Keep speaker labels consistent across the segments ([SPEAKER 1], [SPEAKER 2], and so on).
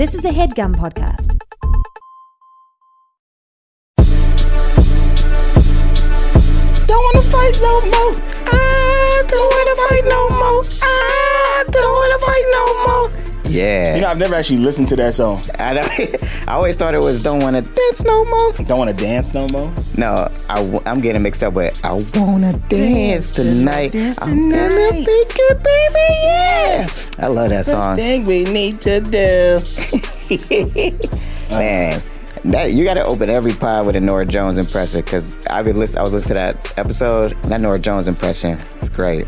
[SPEAKER 1] This is a headgum podcast.
[SPEAKER 2] Don't wanna fight no more. I don't wanna fight no more. I don't wanna fight no more.
[SPEAKER 3] Yeah.
[SPEAKER 2] You know, I've never actually listened to that song.
[SPEAKER 3] I, know, I always thought it was Don't Wanna Dance No More.
[SPEAKER 2] Don't wanna dance no more.
[SPEAKER 3] No, I, am getting mixed up with I Wanna Dance Tonight. I'm gonna
[SPEAKER 2] tonight.
[SPEAKER 3] pick it, baby, yeah. I love that song.
[SPEAKER 2] Thing we need to do.
[SPEAKER 3] Man. That, you gotta open every pod with a Nora Jones impression because I been listen, I was listening to that episode. That Nora Jones impression was great.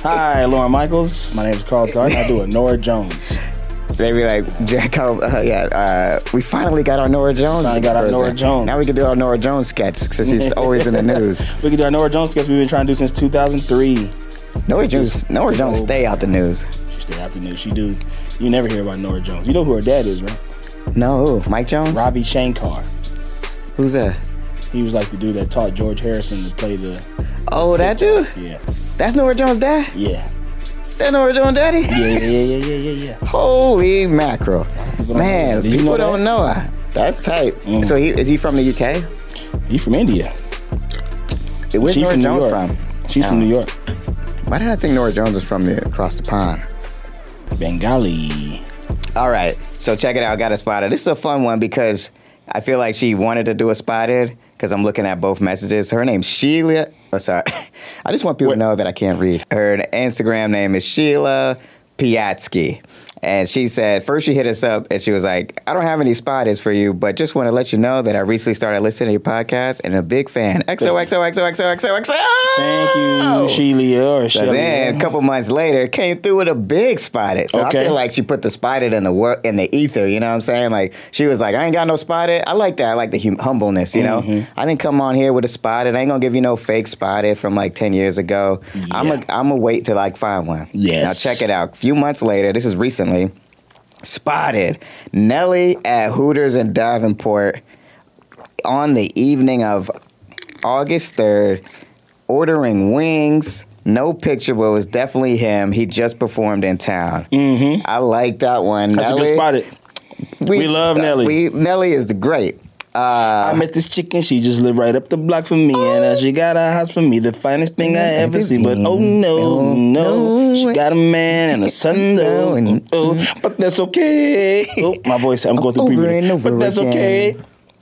[SPEAKER 2] Hi, Lauren Michaels. My name is Carl Tart. I do a Nora Jones.
[SPEAKER 3] they be like, Jack, oh, uh, yeah, uh, we finally got our Nora Jones.
[SPEAKER 2] Finally got our
[SPEAKER 3] person.
[SPEAKER 2] Norah Jones.
[SPEAKER 3] Now we can do our Nora Jones sketch since he's always in the news.
[SPEAKER 2] We can do our Nora Jones sketch we've been trying to do since 2003.
[SPEAKER 3] Nora Jones, Nora Jones, stay out the news.
[SPEAKER 2] She stayed out the news. She do. You never hear about Nora Jones. You know who her dad is, right?
[SPEAKER 3] No, who? Mike Jones.
[SPEAKER 2] Robbie Shankar.
[SPEAKER 3] Who's that?
[SPEAKER 2] He was like the dude that taught George Harrison to play the.
[SPEAKER 3] Oh, that dude.
[SPEAKER 2] Yeah.
[SPEAKER 3] That's Nora Jones' dad.
[SPEAKER 2] Yeah.
[SPEAKER 3] That Nora Jones' daddy.
[SPEAKER 2] Yeah, yeah, yeah, yeah, yeah, yeah.
[SPEAKER 3] Holy mackerel,
[SPEAKER 2] people don't know
[SPEAKER 3] man!
[SPEAKER 2] that. Did you
[SPEAKER 3] People
[SPEAKER 2] know
[SPEAKER 3] don't
[SPEAKER 2] that?
[SPEAKER 3] know her. That's tight.
[SPEAKER 2] Mm.
[SPEAKER 3] So he, is he from the UK?
[SPEAKER 2] He from India.
[SPEAKER 3] Where's
[SPEAKER 2] She
[SPEAKER 3] Nora
[SPEAKER 2] from New
[SPEAKER 3] Jones
[SPEAKER 2] York.
[SPEAKER 3] from?
[SPEAKER 2] She's from
[SPEAKER 3] Oh.
[SPEAKER 2] New York.
[SPEAKER 3] Why did I think Nora Jones was from the across the pond?
[SPEAKER 2] Bengali.
[SPEAKER 3] All right, so check it out. I got a spotted. This is a fun one because I feel like she wanted to do a spotted because I'm looking at both messages. Her name's Sheila. Oh, sorry. I just want people
[SPEAKER 2] What?
[SPEAKER 3] to know that I can't read. Her Instagram name is Sheila Piatsky. And she said, first she hit us up and she was like, I don't have any spotters for you, but just want to let you know that I recently started listening to your podcast and a big fan. XOXOXOXOXOXO.
[SPEAKER 2] Thank
[SPEAKER 3] Oh.
[SPEAKER 2] you, Sheila or
[SPEAKER 3] So
[SPEAKER 2] Shelia.
[SPEAKER 3] then, a couple months later, came through with a big spotted. So
[SPEAKER 2] Okay.
[SPEAKER 3] I feel like she put the spotted in the work in the ether. You know what I'm saying? Like she was like, "I ain't got no spotted." I like that. I like the hum- humbleness. You
[SPEAKER 2] Mm-hmm.
[SPEAKER 3] know, I didn't come on here with a spotted. I ain't gonna give you no fake spotted from like ten years ago. I'm
[SPEAKER 2] Yeah.
[SPEAKER 3] a, I'm gonna wait till like find one.
[SPEAKER 2] Yes.
[SPEAKER 3] Now check it out. A few months later, this is recently. Spotted Nelly at Hooters in Davenport on the evening of August 3rd, ordering wings. No picture, but it was definitely him. He just performed in town. Mm-hmm. I like that one.
[SPEAKER 2] That's
[SPEAKER 3] Nelly,
[SPEAKER 2] a good spotted. We love Nelly.
[SPEAKER 3] we- Nelly is the great. uh,
[SPEAKER 2] I met this chicken. She just lived right up the block from me, and uh, she got a house for me, the finest thing I ever see. But oh no, no, she got a man and a son though.
[SPEAKER 3] and-
[SPEAKER 2] Oh, but that's okay. Oh, my voice. I'm going through
[SPEAKER 3] Over
[SPEAKER 2] puberty.
[SPEAKER 3] and over
[SPEAKER 2] But that's
[SPEAKER 3] again.
[SPEAKER 2] okay,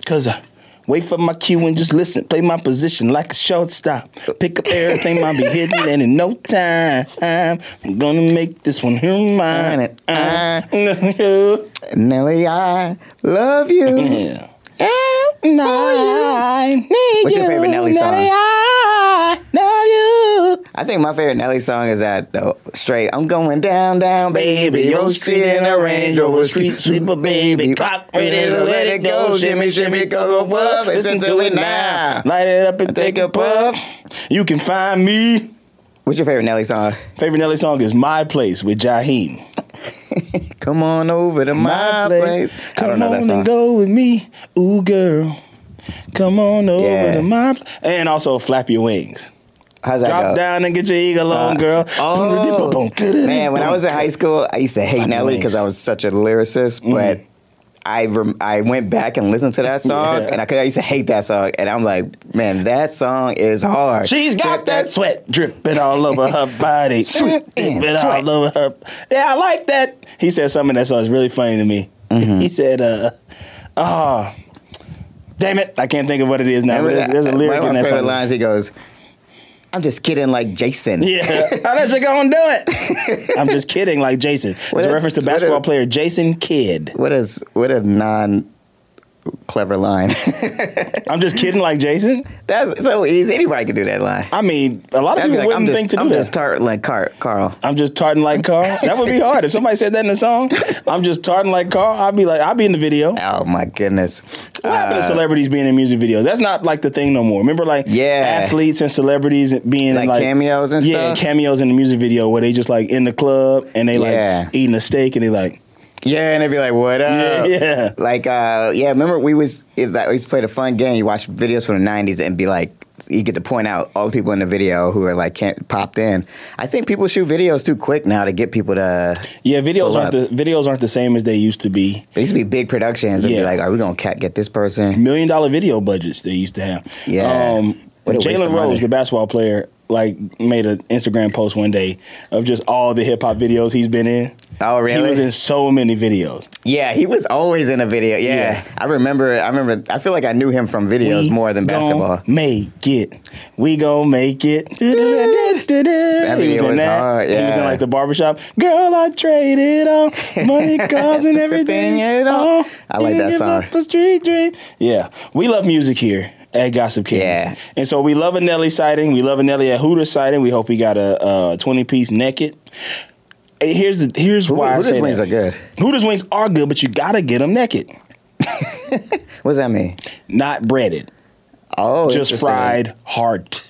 [SPEAKER 2] cause. I Wait for my cue and just listen. Play my position like a shortstop. Pick up everything I'll be hitting, and in no time, I'm gonna make this one here mine.
[SPEAKER 3] Uh, Nelly, I love you.
[SPEAKER 2] Yeah.
[SPEAKER 3] And I need
[SPEAKER 2] What's
[SPEAKER 3] your favorite Nelly song?
[SPEAKER 2] I love you.
[SPEAKER 3] I think my favorite Nelly song is that though. Straight, I'm going down, down, baby.
[SPEAKER 2] Baby,
[SPEAKER 3] Yo,
[SPEAKER 2] your street in a Range Rover, street sweeper, baby. Clock ready to let it go. Shimmy, shimmy, go, go, puff. Listen to it now. Light it up and take a puff. You can find me.
[SPEAKER 3] What's your favorite Nelly song?
[SPEAKER 2] Favorite Nelly song is My Place with Jaheim.
[SPEAKER 3] Come on over to my, place. I
[SPEAKER 2] Come
[SPEAKER 3] don't know that
[SPEAKER 2] on
[SPEAKER 3] song.
[SPEAKER 2] and go with me. Ooh, girl. Come on over
[SPEAKER 3] Yeah.
[SPEAKER 2] to my pl- And also Flap Your Wings.
[SPEAKER 3] How's that
[SPEAKER 2] Drop
[SPEAKER 3] go?
[SPEAKER 2] down and get your eagle on, girl.
[SPEAKER 3] Uh, Oh man, when I was in high school, I used to hate
[SPEAKER 2] Fucking
[SPEAKER 3] Nelly because I was such a lyricist. But I rem- I went back and listened to that song,
[SPEAKER 2] Yeah.
[SPEAKER 3] and I, cause I used to hate that song. And I'm like, man, that song is hard.
[SPEAKER 2] She's got that sweat dripping all over her body.
[SPEAKER 3] Sweat and
[SPEAKER 2] dripping
[SPEAKER 3] sweat.
[SPEAKER 2] all over her. Yeah, I like that. He said something that song is really funny to me.
[SPEAKER 3] Mm-hmm.
[SPEAKER 2] He said, uh, oh, damn it. I can't think of what it is now. But
[SPEAKER 3] Remember
[SPEAKER 2] there's,
[SPEAKER 3] that-
[SPEAKER 2] there's a lyric
[SPEAKER 3] One
[SPEAKER 2] in
[SPEAKER 3] of my
[SPEAKER 2] that
[SPEAKER 3] favorite
[SPEAKER 2] song.
[SPEAKER 3] lines. He goes, "I'm just kidding, like Jason."
[SPEAKER 2] Yeah, how that shit gonna do it? I'm just kidding, like Jason. It's
[SPEAKER 3] Well,
[SPEAKER 2] a
[SPEAKER 3] that's-
[SPEAKER 2] reference to
[SPEAKER 3] what a-
[SPEAKER 2] basketball player Jason Kidd.
[SPEAKER 3] What is what a non clever line.
[SPEAKER 2] I'm just kidding, like Jason.
[SPEAKER 3] That's so easy. Anybody can do that line.
[SPEAKER 2] I mean, a lot of
[SPEAKER 3] That'd be
[SPEAKER 2] people
[SPEAKER 3] like, I'm
[SPEAKER 2] wouldn't
[SPEAKER 3] just,
[SPEAKER 2] think to do
[SPEAKER 3] I'm
[SPEAKER 2] that.
[SPEAKER 3] just tar- like Car- Carl.
[SPEAKER 2] I'm just tartan like Carl. That would be hard. If somebody said that in a song, I'm just tartan like Carl, I'd be like, I'd be in the video. What
[SPEAKER 3] Oh my goodness. Uh,
[SPEAKER 2] happened to celebrities being in music videos? That's not like the thing no more. Remember, like
[SPEAKER 3] Yeah.
[SPEAKER 2] athletes and celebrities being in,
[SPEAKER 3] Like cameos and
[SPEAKER 2] yeah,
[SPEAKER 3] stuff?
[SPEAKER 2] cameos in the music video where they just like in the club and they like
[SPEAKER 3] Yeah.
[SPEAKER 2] eating a steak and they like,
[SPEAKER 3] Yeah, and it'd be like, what up?
[SPEAKER 2] yeah.
[SPEAKER 3] Like, uh, yeah, remember we was, it, like, we used to play the fun game. You watch videos from the 90s and be like, you get to point out all the people in the video who are like can't, popped in. I think people shoot videos too quick now to get people to.
[SPEAKER 2] Yeah, videos
[SPEAKER 3] Pull
[SPEAKER 2] aren't the
[SPEAKER 3] up.
[SPEAKER 2] videos aren't the same as they used to be.
[SPEAKER 3] There used to be big productions and
[SPEAKER 2] Yeah.
[SPEAKER 3] be like, are we gonna cat get this person?
[SPEAKER 2] Million dollar video budgets they used to have.
[SPEAKER 3] Yeah.
[SPEAKER 2] Um,
[SPEAKER 3] What a waste
[SPEAKER 2] Jalen
[SPEAKER 3] of
[SPEAKER 2] Rose,
[SPEAKER 3] money.
[SPEAKER 2] the basketball player, like made an Instagram post one day of just all the hip hop videos he's been in.
[SPEAKER 3] Oh, really?
[SPEAKER 2] He was in so many videos.
[SPEAKER 3] yeah, he was always in a video. Yeah.
[SPEAKER 2] Yeah.
[SPEAKER 3] I remember. I remember. I feel like I knew him from videos
[SPEAKER 2] We
[SPEAKER 3] more than
[SPEAKER 2] gon'
[SPEAKER 3] basketball.
[SPEAKER 2] Make it. We gon' make it. That
[SPEAKER 3] video was hard,
[SPEAKER 2] He was in
[SPEAKER 3] yeah.
[SPEAKER 2] like the barbershop. Girl, I traded all money, cars, and everything.
[SPEAKER 3] Everything at all. I like
[SPEAKER 2] You
[SPEAKER 3] that
[SPEAKER 2] give
[SPEAKER 3] song.
[SPEAKER 2] up a street dream. Yeah, we love music here. At Gossip Kings.
[SPEAKER 3] Yeah.
[SPEAKER 2] And so we love a Nelly sighting. We love a Nelly at Hooters sighting. We hope he got a, a 20 piece naked. Hey, Here's the here's
[SPEAKER 3] Who,
[SPEAKER 2] why I
[SPEAKER 3] who
[SPEAKER 2] say
[SPEAKER 3] these wings
[SPEAKER 2] that.
[SPEAKER 3] are good?
[SPEAKER 2] Hooters wings are good, but you gotta get them naked,
[SPEAKER 3] What does that mean?
[SPEAKER 2] not breaded,
[SPEAKER 3] Oh,
[SPEAKER 2] just
[SPEAKER 3] interesting.
[SPEAKER 2] fried hard.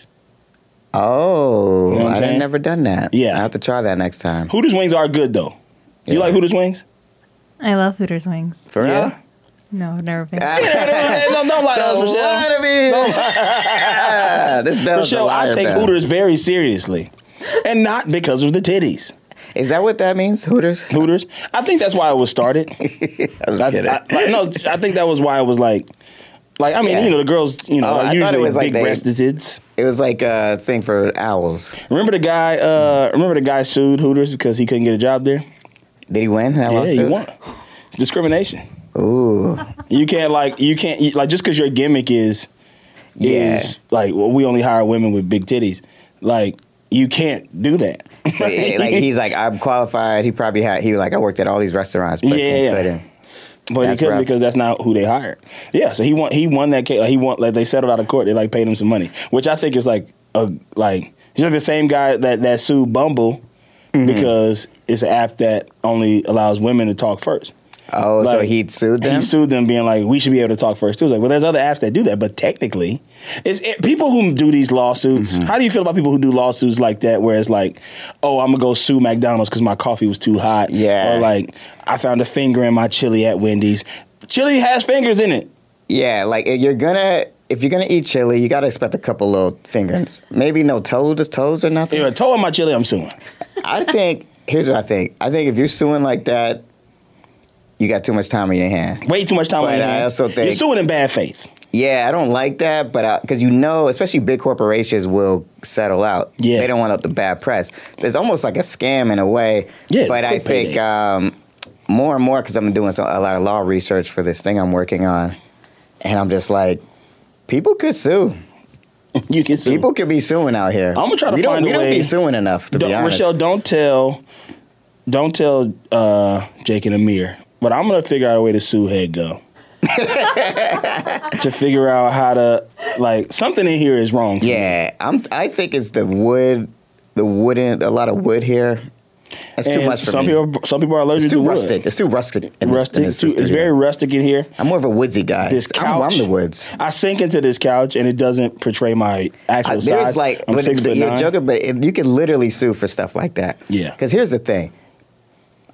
[SPEAKER 3] Oh,
[SPEAKER 2] You know what I'm
[SPEAKER 3] I've
[SPEAKER 2] saying?
[SPEAKER 3] never done that.
[SPEAKER 2] Yeah.
[SPEAKER 3] I have to try that next time.
[SPEAKER 2] Hooters wings are good though. You
[SPEAKER 3] Yeah.
[SPEAKER 2] like Hooters wings?
[SPEAKER 4] I love Hooters wings.
[SPEAKER 3] For real?
[SPEAKER 2] Yeah.
[SPEAKER 4] No, I've never been.
[SPEAKER 2] don't, don't lie to us, Michelle.
[SPEAKER 3] Ah, this bell's a
[SPEAKER 2] Michelle,
[SPEAKER 3] liar
[SPEAKER 2] I take
[SPEAKER 3] bell.
[SPEAKER 2] Hooters very seriously, and not because of the titties.
[SPEAKER 3] Is that what that means? Hooters?
[SPEAKER 2] Hooters. I think that's why it was started.
[SPEAKER 3] I was
[SPEAKER 2] I,
[SPEAKER 3] kidding.
[SPEAKER 2] I- like, no, I think that was why it was like, like I mean,
[SPEAKER 3] Yeah.
[SPEAKER 2] you know, the girls, you know,
[SPEAKER 3] Oh, I
[SPEAKER 2] are
[SPEAKER 3] thought it
[SPEAKER 2] usually
[SPEAKER 3] was like
[SPEAKER 2] big
[SPEAKER 3] they-
[SPEAKER 2] breasted tits.
[SPEAKER 3] it was like a thing for owls.
[SPEAKER 2] Remember the guy? Uh, remember the guy sued Hooters because he couldn't get a job there.
[SPEAKER 3] Did he win? That
[SPEAKER 2] yeah, you
[SPEAKER 3] lawsuit?
[SPEAKER 2] won. It's discrimination.
[SPEAKER 3] Ooh.
[SPEAKER 2] You can't like you can't you- like just because your gimmick is
[SPEAKER 3] Yeah.
[SPEAKER 2] is like well we only hire women with big titties. Like you can't do that.
[SPEAKER 3] So, yeah, like he's like, I'm qualified. He probably had. He was like, I worked at all these restaurants, but
[SPEAKER 2] Yeah,
[SPEAKER 3] he
[SPEAKER 2] yeah.
[SPEAKER 3] couldn't.
[SPEAKER 2] But he
[SPEAKER 3] That's
[SPEAKER 2] couldn't
[SPEAKER 3] rough.
[SPEAKER 2] because that's not who they hired. Yeah, so he won. He won that case. Like he won. Like they settled out of court. They like paid him some money, which I think is like a like he's like the same guy that that sued Bumble
[SPEAKER 3] Mm-hmm.
[SPEAKER 2] because it's an app that only allows women to talk first.
[SPEAKER 3] Oh, so
[SPEAKER 2] Like,
[SPEAKER 3] he sued
[SPEAKER 2] And
[SPEAKER 3] them.
[SPEAKER 2] he sued them, being like, "We should be able to talk first too." It's like, well, there's other apps that do that, but technically, it's it, people who do these lawsuits.
[SPEAKER 3] Mm-hmm.
[SPEAKER 2] How do you feel about people who do lawsuits like that, where it's like, "Oh, I'm gonna go sue McDonald's because my coffee was too hot,"
[SPEAKER 3] Yeah.
[SPEAKER 2] or like, "I found a finger in my chili at Wendy's." Chili has fingers in it.
[SPEAKER 3] yeah, like if you're gonna if you're gonna eat chili, you gotta expect a couple little fingers. Maybe no toes, toes or nothing.
[SPEAKER 2] If I told my chili, I'm suing.
[SPEAKER 3] I think here's what I think. I think if you're suing like that, you got too much time on your hand.
[SPEAKER 2] Way too much time. on
[SPEAKER 3] But
[SPEAKER 2] your
[SPEAKER 3] I
[SPEAKER 2] hands.
[SPEAKER 3] also think-
[SPEAKER 2] you're suing in bad faith.
[SPEAKER 3] Yeah, I don't like that, but because you know, especially big corporations will settle out.
[SPEAKER 2] Yeah.
[SPEAKER 3] they don't want the bad press. So it's almost like a scam in a way.
[SPEAKER 2] Yeah,
[SPEAKER 3] but I
[SPEAKER 2] good payday.
[SPEAKER 3] think um, more and more because I'm doing so, a lot of law research for this thing I'm working on, and I'm just like, people could sue.
[SPEAKER 2] You can sue.
[SPEAKER 3] People could be suing out here.
[SPEAKER 2] I'm gonna try to
[SPEAKER 3] we don't,
[SPEAKER 2] find a
[SPEAKER 3] We don't
[SPEAKER 2] way-
[SPEAKER 3] be suing enough to
[SPEAKER 2] Don't-
[SPEAKER 3] be honest.
[SPEAKER 2] Rochelle, don't tell, don't tell uh, Jake and Amir. But I'm gonna figure out a way to sue Head Go. to figure out how to like something in here is wrong. for me.
[SPEAKER 3] Yeah, I'm. I think it's the wood, the wooden, a lot of wood here. That's too
[SPEAKER 2] And
[SPEAKER 3] much for
[SPEAKER 2] some
[SPEAKER 3] me.
[SPEAKER 2] people, some people are allergic
[SPEAKER 3] it's too
[SPEAKER 2] to
[SPEAKER 3] rustic.
[SPEAKER 2] wood.
[SPEAKER 3] It's too rustic. In this-
[SPEAKER 2] rustic.
[SPEAKER 3] in
[SPEAKER 2] It's,
[SPEAKER 3] this
[SPEAKER 2] too, it's
[SPEAKER 3] studio.
[SPEAKER 2] very rustic in here.
[SPEAKER 3] I'm more of a woodsy guy.
[SPEAKER 2] This
[SPEAKER 3] I'm, I'm
[SPEAKER 2] couch-
[SPEAKER 3] the woods.
[SPEAKER 2] I sink into this couch and it doesn't portray my actual
[SPEAKER 3] I,
[SPEAKER 2] size.
[SPEAKER 3] Uh, there's like
[SPEAKER 2] I'm
[SPEAKER 3] but
[SPEAKER 2] six
[SPEAKER 3] the-
[SPEAKER 2] foot
[SPEAKER 3] you're
[SPEAKER 2] nine.
[SPEAKER 3] joking, but if you could literally sue for stuff like that.
[SPEAKER 2] Yeah.
[SPEAKER 3] Because here's the thing,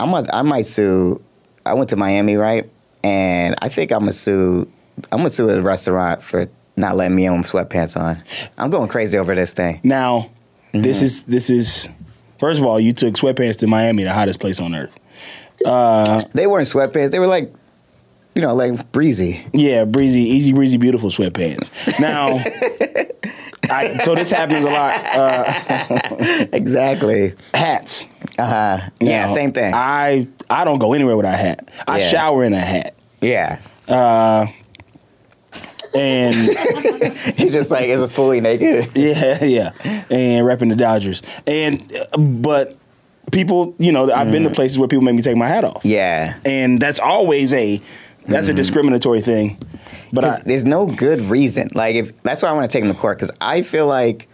[SPEAKER 3] I'm a, I might sue. I went to Miami, right? And I think I'm gonna sue. I'm gonna sue a restaurant for not letting me in with sweatpants on. I'm going crazy over this thing.
[SPEAKER 2] Now, this
[SPEAKER 3] Mm-hmm.
[SPEAKER 2] is this is first of all, you took sweatpants to Miami, the hottest place on earth.
[SPEAKER 3] They weren't sweatpants. They were like, you know, like breezy.
[SPEAKER 2] Yeah, breezy, easy breezy, beautiful sweatpants. Now, I, so this happens a lot. Uh,
[SPEAKER 3] Exactly.
[SPEAKER 2] hats.
[SPEAKER 3] Uh huh. Yeah,
[SPEAKER 2] Now,
[SPEAKER 3] same thing.
[SPEAKER 2] I I don't go anywhere without a hat. I
[SPEAKER 3] Yeah.
[SPEAKER 2] shower in a hat,
[SPEAKER 3] yeah.
[SPEAKER 2] and
[SPEAKER 3] He just like is a fully naked.
[SPEAKER 2] yeah, yeah, and repping the Dodgers. And uh, but people, you know, I've been to places where people make me take my hat off,
[SPEAKER 3] Mm. Yeah. Mm-hmm.
[SPEAKER 2] and that's always a that's a discriminatory thing. But I,
[SPEAKER 3] 'Cause there's no good reason. Like if that's why I want to take him to court because I feel like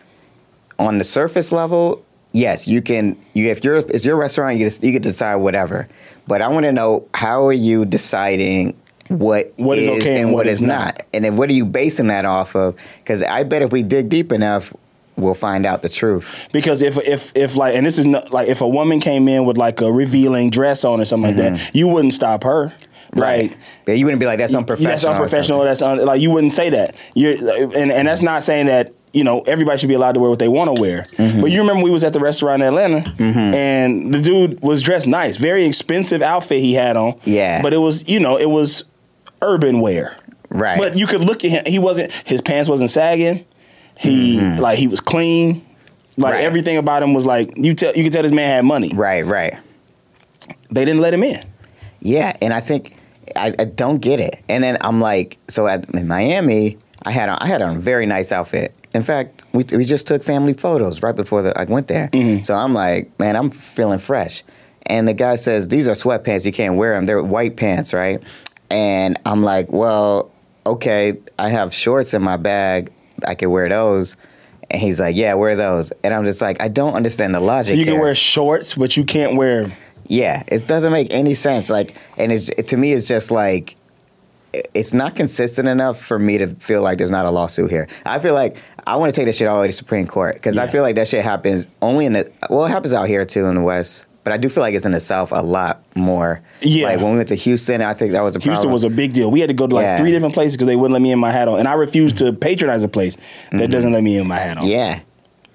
[SPEAKER 3] on the surface level, yes, you can. You if you're it's your restaurant, you just, you can decide whatever. But I want to know how are you deciding what
[SPEAKER 2] What is okay and what is not.
[SPEAKER 3] and then what are you basing that off of? Because I bet if we dig deep enough, will find out the truth.
[SPEAKER 2] because if if if like and this is not like if a woman came in with like a revealing dress on or something like that, you wouldn't stop her, right?
[SPEAKER 3] Yeah, you wouldn't be like Mm-hmm. that's unprofessional.
[SPEAKER 2] That's
[SPEAKER 3] or
[SPEAKER 2] unprofessional.
[SPEAKER 3] something.
[SPEAKER 2] That's un, like you wouldn't say that. You're and and that's not saying that you know everybody should be allowed to wear what they want to wear.
[SPEAKER 3] Mm-hmm.
[SPEAKER 2] But you remember we was at the restaurant in Atlanta, and the dude was dressed nice, very expensive outfit he had on.
[SPEAKER 3] Yeah.
[SPEAKER 2] but it was you know it was urban wear.
[SPEAKER 3] Right.
[SPEAKER 2] But you could look at him. He wasn't. His pants wasn't sagging. He like he was clean. Like
[SPEAKER 3] Mm-hmm. Right.
[SPEAKER 2] everything about him was like you tell you could tell this man had money.
[SPEAKER 3] Right, right.
[SPEAKER 2] They didn't let him in.
[SPEAKER 3] Yeah, and I think I, I don't get it. And then I'm like, so at, in Miami, I had on, I had on a very nice outfit. In fact, we, we just took family photos right before the, I went there.
[SPEAKER 2] Mm-hmm.
[SPEAKER 3] So I'm like, man, I'm feeling fresh. And the guy says, these are sweatpants. You can't wear them. They're white pants, right? And I'm like, well, okay, I have shorts in my bag. I can wear those. And he's like, yeah, wear those. And I'm just like, I don't understand the logic.
[SPEAKER 2] So you can
[SPEAKER 3] here.
[SPEAKER 2] wear shorts, but you can't wear.
[SPEAKER 3] Yeah, it doesn't make any sense. Like, and it's to me, it's just like i- it's not consistent enough for me to feel like there's not a lawsuit here. I feel like I want to take that shit all the way to Supreme Court because I
[SPEAKER 2] Yeah.
[SPEAKER 3] feel like that shit happens only in the well, it happens out here too in the West, but I do feel like it's in the South a lot more.
[SPEAKER 2] Yeah.
[SPEAKER 3] like when we went to Houston, I think that was a
[SPEAKER 2] Houston
[SPEAKER 3] problem.
[SPEAKER 2] was a big deal. We had to go to like
[SPEAKER 3] Yeah.
[SPEAKER 2] three different places because they wouldn't let me in my hat on, and I refused to patronize a place that doesn't let me in my hat on.
[SPEAKER 3] Mm-hmm. yeah.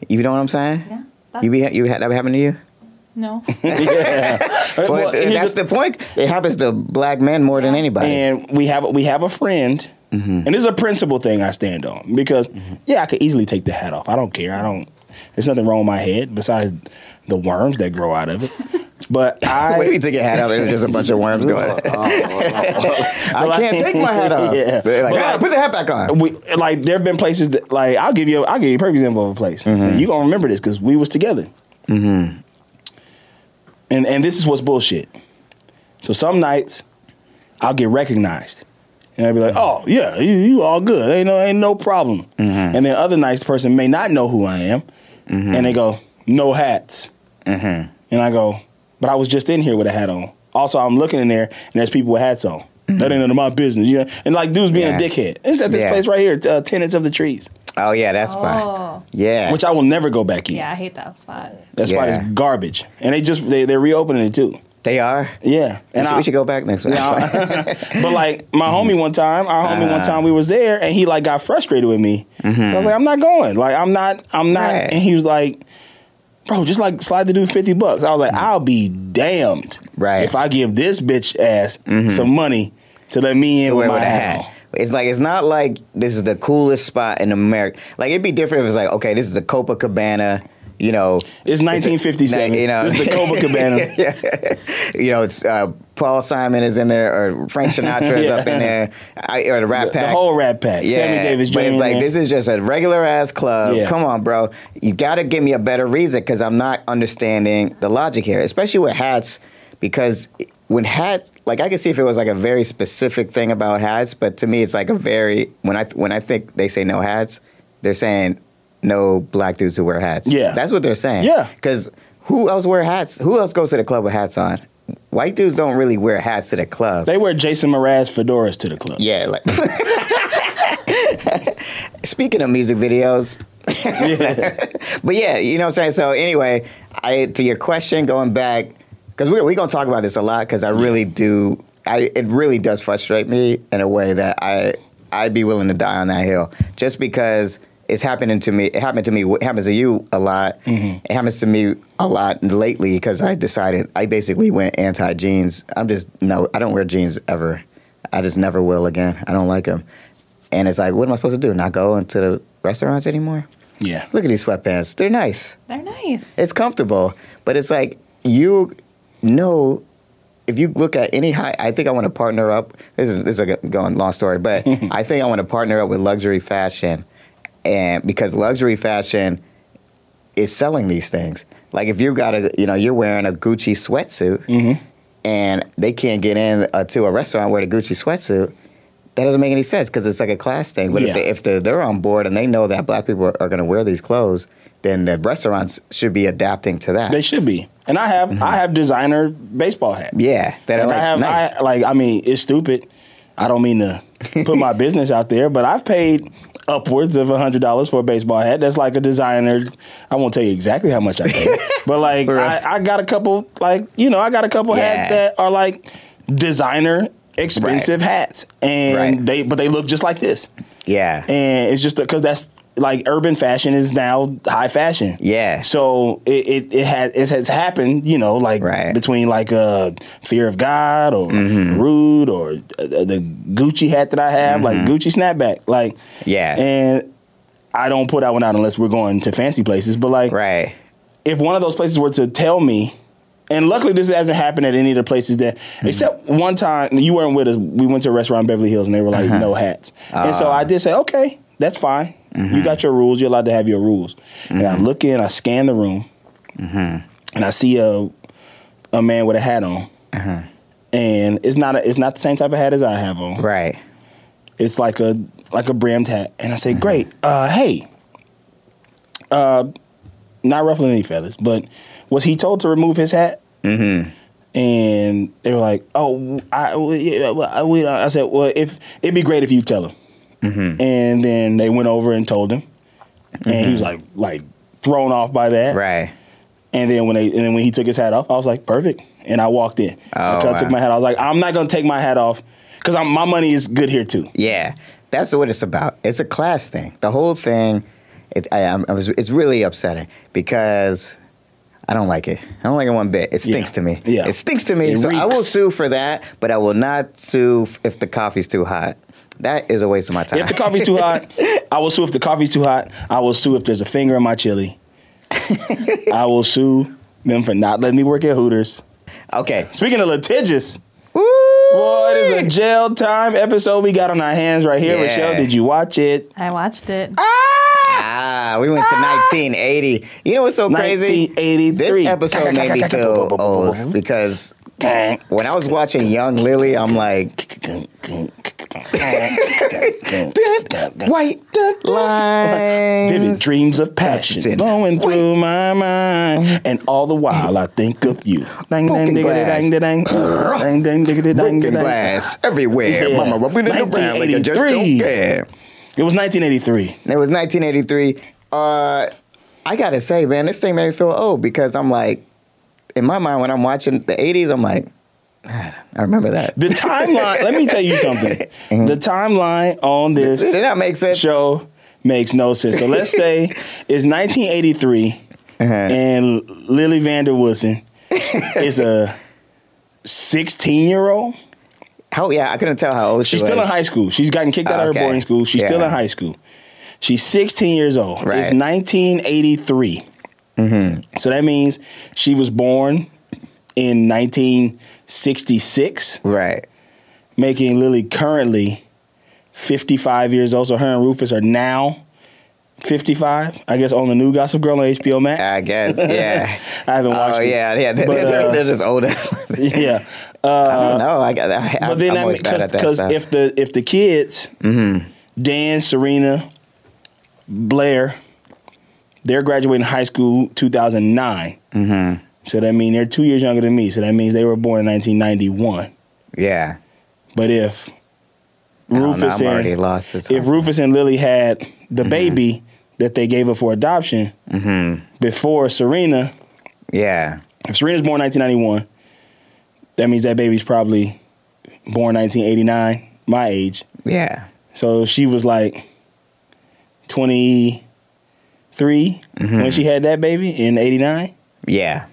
[SPEAKER 3] You know what I'm saying?
[SPEAKER 4] Yeah.
[SPEAKER 3] You be you had that happened to you?
[SPEAKER 4] No.
[SPEAKER 2] Yeah.
[SPEAKER 3] But
[SPEAKER 2] Uh, Well, here's
[SPEAKER 3] that's
[SPEAKER 2] the-
[SPEAKER 3] the point. It happens to black men more than anybody.
[SPEAKER 2] and we have we have a friend,
[SPEAKER 3] Mm-hmm.
[SPEAKER 2] and this is a principle thing I stand on because yeah, I could easily take the hat off. I don't care. I don't. There's nothing wrong with my head besides the worms that grow out of it. But I
[SPEAKER 3] what if you took your hat off and it was just a bunch of worms going? I
[SPEAKER 2] Well,
[SPEAKER 3] can't take my hat off.
[SPEAKER 2] Yeah.
[SPEAKER 3] They're like,
[SPEAKER 2] But
[SPEAKER 3] "Ah,
[SPEAKER 2] like-
[SPEAKER 3] put the hat back on.
[SPEAKER 2] we like there have been places that like I'll give you I'll give you a perfect example of a place. You gonna remember this because we was together. And and this is what's bullshit. So some nights I'll get recognized. And I'll be like, oh yeah, you, you all good. Ain't no ain't no problem. And then other nights the person may not know who I am. And they go, no hats. And I go, but I was just in here with a hat on. Also, I'm looking in there and there's people with hats on. That ain't none of my business. You know? And like dudes being
[SPEAKER 3] Yeah.
[SPEAKER 2] a dickhead. It's at this
[SPEAKER 3] Yeah.
[SPEAKER 2] place right here, uh, Tenants of the Trees,
[SPEAKER 3] Oh yeah, that's fine.
[SPEAKER 4] Oh.
[SPEAKER 3] Yeah,
[SPEAKER 2] which I will never go back in.
[SPEAKER 4] Yeah, I hate that spot.
[SPEAKER 2] That spot
[SPEAKER 3] Yeah.
[SPEAKER 2] is garbage. And they just, they, they're reopening it too.
[SPEAKER 3] they are.
[SPEAKER 2] Yeah.
[SPEAKER 3] And
[SPEAKER 2] And
[SPEAKER 3] we, should,
[SPEAKER 2] I-
[SPEAKER 3] we should go back next week.
[SPEAKER 2] Yeah, I- but like my homie one time, our homie
[SPEAKER 3] Uh.
[SPEAKER 2] one time, we was there, and he like got frustrated with me. I was like, I'm not going. Like I'm not. I'm not.
[SPEAKER 3] Mm-hmm. Right.
[SPEAKER 2] And he was like, Bro, just like slide the dude fifty bucks. I was like, I'll be damned.
[SPEAKER 3] Right. Mm-hmm.
[SPEAKER 2] If I give this bitch ass some money to let me in
[SPEAKER 3] to
[SPEAKER 2] with
[SPEAKER 3] wear
[SPEAKER 2] my
[SPEAKER 3] with a
[SPEAKER 2] hat.
[SPEAKER 3] hat. It's like it's not like this is the coolest spot in America. Like it'd be different if it's like okay, this is the Copacabana. You know,
[SPEAKER 2] It's
[SPEAKER 3] a-
[SPEAKER 2] 1957.
[SPEAKER 3] you know,
[SPEAKER 2] This is the Copacabana.
[SPEAKER 3] you know, it's uh, Paul Simon is in there, or Frank Sinatra is
[SPEAKER 2] Yeah.
[SPEAKER 3] up in there, I, or the Rat
[SPEAKER 2] The
[SPEAKER 3] Pack.
[SPEAKER 2] whole Rat Pack. Sammy Davis Jr.
[SPEAKER 3] But it's like this is just a regular ass club.
[SPEAKER 2] Yeah.
[SPEAKER 3] Come on, bro. You gotta give me a better reason because I'm not understanding the logic here, especially with hats. Because when hats, like I can see if it was like a very specific thing about hats, but to me it's like a very when I when I think they say no hats, they're saying no black dudes who wear hats.
[SPEAKER 2] Yeah.
[SPEAKER 3] that's what they're saying.
[SPEAKER 2] Yeah.
[SPEAKER 3] because who else wear hats? Who else goes to the club with hats on? White dudes don't really wear hats to the club.
[SPEAKER 2] They wear Jason Mraz fedoras to the club.
[SPEAKER 3] Yeah, like. Speaking of music videos, but yeah, you know what I'm saying. So anyway, I to your question going back because we're we gonna talk about this a lot because I really do. I it really does frustrate me in a way that I I'd be willing to die on that hill just because it's happening to me. It happened to me. It happens to you a lot. It happens to me a lot lately because I decided I basically went anti jeans. I'm just no. I don't wear jeans ever. I just never will again. I don't like them. And it's like, what am I supposed to do? Not go into the restaurants anymore?
[SPEAKER 2] Yeah.
[SPEAKER 3] Look at these sweatpants. They're nice.
[SPEAKER 4] They're nice.
[SPEAKER 3] It's comfortable, but it's like you know. If you look at any high, I think I want to partner up. This is this is a going long story, but I think I want to partner up with luxury fashion, and because luxury fashion is selling these things. Like if you got a, you know, you're wearing a Gucci sweatsuit, and they can't get in uh, to a restaurant wearing a Gucci sweatsuit. That doesn't make any sense because it's like a class thing. But
[SPEAKER 2] Yeah.
[SPEAKER 3] if, they, if the, they're on board and they know that black people are, going to wear these clothes, then the restaurants should be adapting to that.
[SPEAKER 2] They should be. And I have I have designer baseball hats.
[SPEAKER 3] Mm-hmm. yeah, that are
[SPEAKER 2] Like,
[SPEAKER 3] like
[SPEAKER 2] I have,
[SPEAKER 3] nice.
[SPEAKER 2] I, like, I mean, it's stupid. I don't mean to put my business out there, but I've paid upwards of hundred dollars for a baseball hat. That's like a designer. I won't tell you exactly how much I paid, but like
[SPEAKER 3] Right.
[SPEAKER 2] I, I got a couple, like you know, I got a couple hats
[SPEAKER 3] Yeah.
[SPEAKER 2] that are like designer expensive hats, and
[SPEAKER 3] Right.
[SPEAKER 2] they but they look just like this,
[SPEAKER 3] Yeah.
[SPEAKER 2] and it's just because that's like urban fashion is now high fashion.
[SPEAKER 3] Yeah.
[SPEAKER 2] So it it, it has it has happened, you know, like
[SPEAKER 3] Right. Mm-hmm.
[SPEAKER 2] between like uh fear of God or rude or uh, the Gucci hat that I have, like Gucci snapback, like
[SPEAKER 3] Mm-hmm. Yeah.
[SPEAKER 2] and. I don't put that one out unless we're going to fancy places. But like,
[SPEAKER 3] right.
[SPEAKER 2] if one of those places were to tell me, and luckily this hasn't happened at any of the places that, except one time you weren't with us. We went to a restaurant in Beverly Hills, and they were like, "No hats." and so I did say, "Okay, that's fine. You got your rules. You're allowed to have your rules." And I look in, I scan the room, and I see a a man with a hat on, and it's not a, it's not the same type of hat as I have on.
[SPEAKER 3] Right.
[SPEAKER 2] It's like a like a brimmed hat, and I
[SPEAKER 3] Mm-hmm.
[SPEAKER 2] say, "Great, uh, hey, uh, not ruffling any feathers, but was he told to remove his hat?" Mm-hmm. And they were like, "Oh, I, we- yeah, well, I, we, uh," I said, well, if it'd be great if you tell him."
[SPEAKER 3] Mm-hmm.
[SPEAKER 2] And then they went over and told him, and he was like, like thrown off by that,
[SPEAKER 3] Mm-hmm. Right.
[SPEAKER 2] and then when they and then when he took his hat off, I was like, perfect. And I walked in.
[SPEAKER 3] Oh,
[SPEAKER 2] I took
[SPEAKER 3] wow.
[SPEAKER 2] my hat. I was like, I'm not gonna take my hat off because my money is good here too.
[SPEAKER 3] Yeah, that's what it's about. It's a class thing. The whole thing, it, I, I'm- I was, it's really upsetting because I don't like it. I don't like it one bit. It stinks
[SPEAKER 2] Yeah.
[SPEAKER 3] to me.
[SPEAKER 2] Yeah.
[SPEAKER 3] It stinks to me.
[SPEAKER 2] It
[SPEAKER 3] so I will
[SPEAKER 2] reeks.
[SPEAKER 3] sue for that, but I will not sue f- if the coffee's too hot. That is a waste of my time.
[SPEAKER 2] If the coffee's too hot, I will sue. If the coffee's too hot, I will sue. If there's a finger in my chili, I will sue them for not letting me work at Hooters.
[SPEAKER 3] okay.
[SPEAKER 2] Speaking of litigious,
[SPEAKER 3] Ooh.
[SPEAKER 2] boy, it is a jail time episode we got on our hands right here.
[SPEAKER 3] Yeah.
[SPEAKER 2] Michelle, did you watch it?
[SPEAKER 4] I watched it.
[SPEAKER 3] Ah, we went to 1980. You know what's so crazy?
[SPEAKER 2] 1983.
[SPEAKER 3] This episode made me feel old because when I was watching Young Lily, I'm like, white lines.
[SPEAKER 2] Vivid dreams of passion
[SPEAKER 3] Passion.
[SPEAKER 2] blowing through my mind,
[SPEAKER 3] Mm-hmm.
[SPEAKER 2] and all the while I think of you. Dang, dang,
[SPEAKER 3] Broken
[SPEAKER 2] diggity, dang,
[SPEAKER 3] glass.
[SPEAKER 2] dang, dang, dang, diggity, dang,
[SPEAKER 3] broken
[SPEAKER 2] dang.
[SPEAKER 3] glass everywhere.
[SPEAKER 2] Yeah.
[SPEAKER 3] Mama rubbing it around like I just don't
[SPEAKER 2] 1983.
[SPEAKER 3] care.
[SPEAKER 2] It was 1983.
[SPEAKER 3] And It was 1983. Uh, I gotta say, man, this thing made me feel old because I'm like, in my mind, when I'm watching the 80s, I'm like, man, I remember that.
[SPEAKER 2] The timeline. let me tell you something.
[SPEAKER 3] Mm-hmm.
[SPEAKER 2] The timeline on this
[SPEAKER 3] Did that make sense?
[SPEAKER 2] show makes no sense. So let's say it's 1983,
[SPEAKER 3] Uh-huh.
[SPEAKER 2] and Lily Vander Woodson is a 16 year old.
[SPEAKER 3] How, yeah, I couldn't tell how old she
[SPEAKER 2] She's
[SPEAKER 3] was.
[SPEAKER 2] still in high school. She's gotten kicked out of her
[SPEAKER 3] Okay.
[SPEAKER 2] boarding school. She's still
[SPEAKER 3] Yeah.
[SPEAKER 2] in high school. She's 16 years old. It's
[SPEAKER 3] Right. Mm-hmm.
[SPEAKER 2] 1983. So that means she was born in 1966,
[SPEAKER 3] Right.
[SPEAKER 2] making Lily currently 55 years old. So her and Rufus are now 55. I guess on the new Gossip Girl on HBO Max.
[SPEAKER 3] I guess, yeah.
[SPEAKER 2] I haven't watched
[SPEAKER 3] Uh, oh,
[SPEAKER 2] it.
[SPEAKER 3] yeah, yeah. They're,
[SPEAKER 2] But,
[SPEAKER 3] they're,
[SPEAKER 2] uh,
[SPEAKER 3] they're just older.
[SPEAKER 2] yeah. Uh,
[SPEAKER 3] I don't know. I got that.
[SPEAKER 2] but then
[SPEAKER 3] I'm
[SPEAKER 2] that
[SPEAKER 3] always bad at that
[SPEAKER 2] because
[SPEAKER 3] stuff. Mm-hmm.
[SPEAKER 2] if the if the kids Dan, Serena, Blair, they're graduating high school 2009.
[SPEAKER 3] Mm-hmm.
[SPEAKER 2] So that means they're two years younger than me. So that means they were born in 1991.
[SPEAKER 3] yeah.
[SPEAKER 2] But if
[SPEAKER 3] I don't know,
[SPEAKER 2] Rufus
[SPEAKER 3] I'm already
[SPEAKER 2] and
[SPEAKER 3] lost. It's
[SPEAKER 2] if
[SPEAKER 3] hard.
[SPEAKER 2] Rufus and Lily had the
[SPEAKER 3] Mm-hmm.
[SPEAKER 2] baby that they gave up for adoption before Serena,
[SPEAKER 3] yeah.
[SPEAKER 2] if Serena's born 1991, that means that baby's probably born 1989, my age.
[SPEAKER 3] Yeah.
[SPEAKER 2] So she was like 23
[SPEAKER 3] Mm-hmm.
[SPEAKER 2] when she had that baby in 89
[SPEAKER 3] Yeah.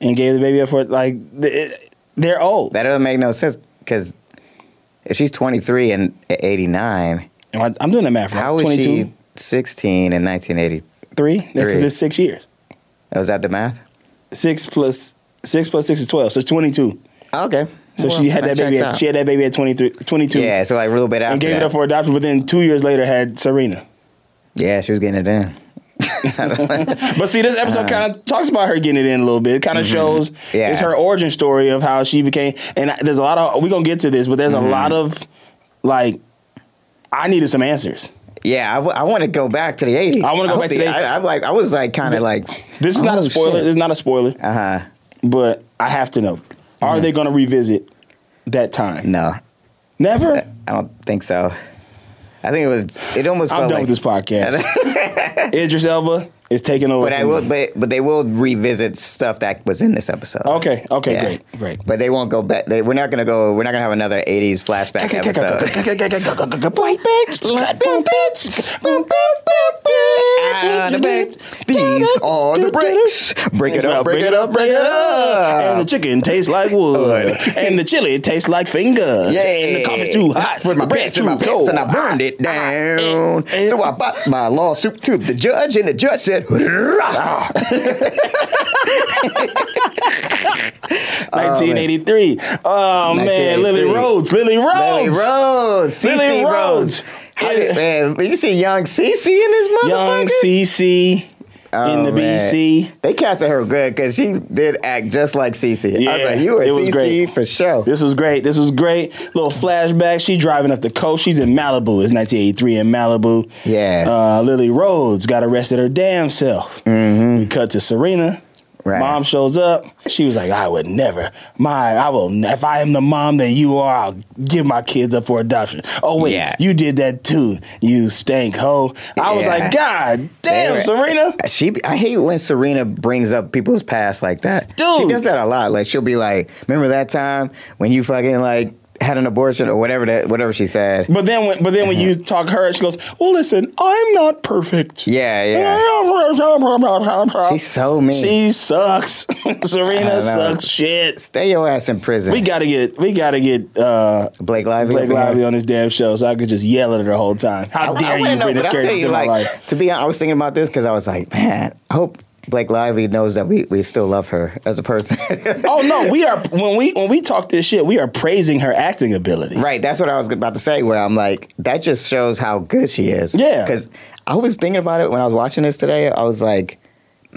[SPEAKER 2] and gave the baby up for like th- they're old.
[SPEAKER 3] That doesn't make no sense because if she's 23 and 89,
[SPEAKER 2] Am I- I'm doing the math right.
[SPEAKER 3] how was she 16 in 1980?
[SPEAKER 2] 3? That's 'cause
[SPEAKER 3] Three.
[SPEAKER 2] it's 6 years.
[SPEAKER 3] Was that the math?
[SPEAKER 2] 6 plus 6 plus 6 is 12. So it's 22.
[SPEAKER 3] Oh, okay.
[SPEAKER 2] So
[SPEAKER 3] Well,
[SPEAKER 2] she had that baby
[SPEAKER 3] checks
[SPEAKER 2] at,
[SPEAKER 3] out.
[SPEAKER 2] she had that baby at 23 22
[SPEAKER 3] yeah, so like a little bit after
[SPEAKER 2] and gave
[SPEAKER 3] that.
[SPEAKER 2] it up for adoption but then 2 years later had Serena.
[SPEAKER 3] Yeah, she was getting it in.
[SPEAKER 2] But see, this episode kind of talks about her getting it in a little bit. It kind of shows
[SPEAKER 3] Uh-huh. Mm-hmm. Yeah.
[SPEAKER 2] it's her origin story of how she became. And I- there's a lot of we're gonna get to this, but there's
[SPEAKER 3] Mm-hmm.
[SPEAKER 2] a lot of like I needed some answers.
[SPEAKER 3] Yeah, I, w- I want to go back to the 80s.
[SPEAKER 2] I wanna go
[SPEAKER 3] hope
[SPEAKER 2] back to
[SPEAKER 3] the-
[SPEAKER 2] the-
[SPEAKER 3] I, I'm like, I was like kind of like.
[SPEAKER 2] This is not a spoiler. This is not a spoiler,
[SPEAKER 3] Oh, Uh huh.
[SPEAKER 2] but I have to know: Are they gonna revisit that time?
[SPEAKER 3] No,
[SPEAKER 2] Never.
[SPEAKER 3] I don't think so. I think it was. It almost. felt
[SPEAKER 2] I'm
[SPEAKER 3] like,
[SPEAKER 2] done with this podcast. Idris Elba is taking over.
[SPEAKER 3] But I
[SPEAKER 2] from
[SPEAKER 3] will.
[SPEAKER 2] me.
[SPEAKER 3] But, but they will revisit stuff that was in this episode.
[SPEAKER 2] Okay. Okay.
[SPEAKER 3] Yeah.
[SPEAKER 2] Great. Great.
[SPEAKER 3] But they won't go back. They, we're not gonna go. We're not gonna have another '80s flashback episode.
[SPEAKER 2] Boy,
[SPEAKER 3] Out of bed. Ah, These are the bricks. Break it up, break it up, break it up.
[SPEAKER 2] And the chicken tastes like wood. and the chili tastes like finger.
[SPEAKER 3] Yeah,
[SPEAKER 2] And the coffee's too hot.
[SPEAKER 3] For my pants and my pants, and I burned it down. So I bought my lawsuit to the judge, and the judge said, "Hurrah." Oh,
[SPEAKER 2] 1983. Oh, man. Lily
[SPEAKER 3] 1983.
[SPEAKER 2] Rhodes. Lily
[SPEAKER 3] Lily
[SPEAKER 2] Rhodes.
[SPEAKER 3] Rhodes,
[SPEAKER 2] Lily
[SPEAKER 3] CC
[SPEAKER 2] Rhodes.
[SPEAKER 3] Rhodes. How did, man, did you see Young CC in this motherfucker?
[SPEAKER 2] Young CC in
[SPEAKER 3] Oh,
[SPEAKER 2] the
[SPEAKER 3] man.
[SPEAKER 2] BC.
[SPEAKER 3] They casted her good because she did act just like CC. I was
[SPEAKER 2] Yeah,
[SPEAKER 3] like, you
[SPEAKER 2] it
[SPEAKER 3] were
[SPEAKER 2] was
[SPEAKER 3] CC
[SPEAKER 2] great.
[SPEAKER 3] for sure.
[SPEAKER 2] This was great. This was great. Little flashback. She driving up the coast. She's in Malibu. It's 1983 in Malibu.
[SPEAKER 3] Yeah.
[SPEAKER 2] Uh, Lily Rhodes got arrested her damn self. We cut to Serena.
[SPEAKER 3] Mm-hmm. Right.
[SPEAKER 2] Mom shows up. She was like, "I would never. My, I will. ne- If I am the mom that you are, I'll give my kids up for adoption." Oh wait,
[SPEAKER 3] Yeah.
[SPEAKER 2] you did that too. You stank hoe. I was
[SPEAKER 3] Yeah.
[SPEAKER 2] like, "God
[SPEAKER 3] They
[SPEAKER 2] damn,
[SPEAKER 3] were-
[SPEAKER 2] Serena."
[SPEAKER 3] She, I hate when Serena brings up people's past like that.
[SPEAKER 2] Dude.
[SPEAKER 3] she does that a lot. Like she'll be like, "Remember that time when you fucking like had an abortion or whatever that whatever she said."
[SPEAKER 2] But then, when, but then when
[SPEAKER 3] Uh-huh.
[SPEAKER 2] you talk to her, she goes, "Well, listen, I'm not perfect."
[SPEAKER 3] Yeah, yeah. She's so mean.
[SPEAKER 2] She sucks.
[SPEAKER 3] I
[SPEAKER 2] Serena
[SPEAKER 3] know.
[SPEAKER 2] sucks shit.
[SPEAKER 3] Stay your ass in prison.
[SPEAKER 2] We gotta get we gotta get uh,
[SPEAKER 3] Blake Lively.
[SPEAKER 2] Blake
[SPEAKER 3] up in here.
[SPEAKER 2] Lively on this damn show so I could just yell at her the whole time. How dare
[SPEAKER 3] wanna
[SPEAKER 2] you bring this
[SPEAKER 3] but I'll
[SPEAKER 2] character
[SPEAKER 3] tell you,
[SPEAKER 2] to my
[SPEAKER 3] like,
[SPEAKER 2] life?
[SPEAKER 3] To be honest, I was thinking about this because I was like, man, I hope Blake Lively knows that we, we still love her as a person.
[SPEAKER 2] Oh no, we are when we when we talk this shit, we are praising her acting ability.
[SPEAKER 3] right, that's what I was about to say, where I'm like, that just shows how good she is.
[SPEAKER 2] Yeah.
[SPEAKER 3] Because I was thinking about it when I was watching this today. I was like,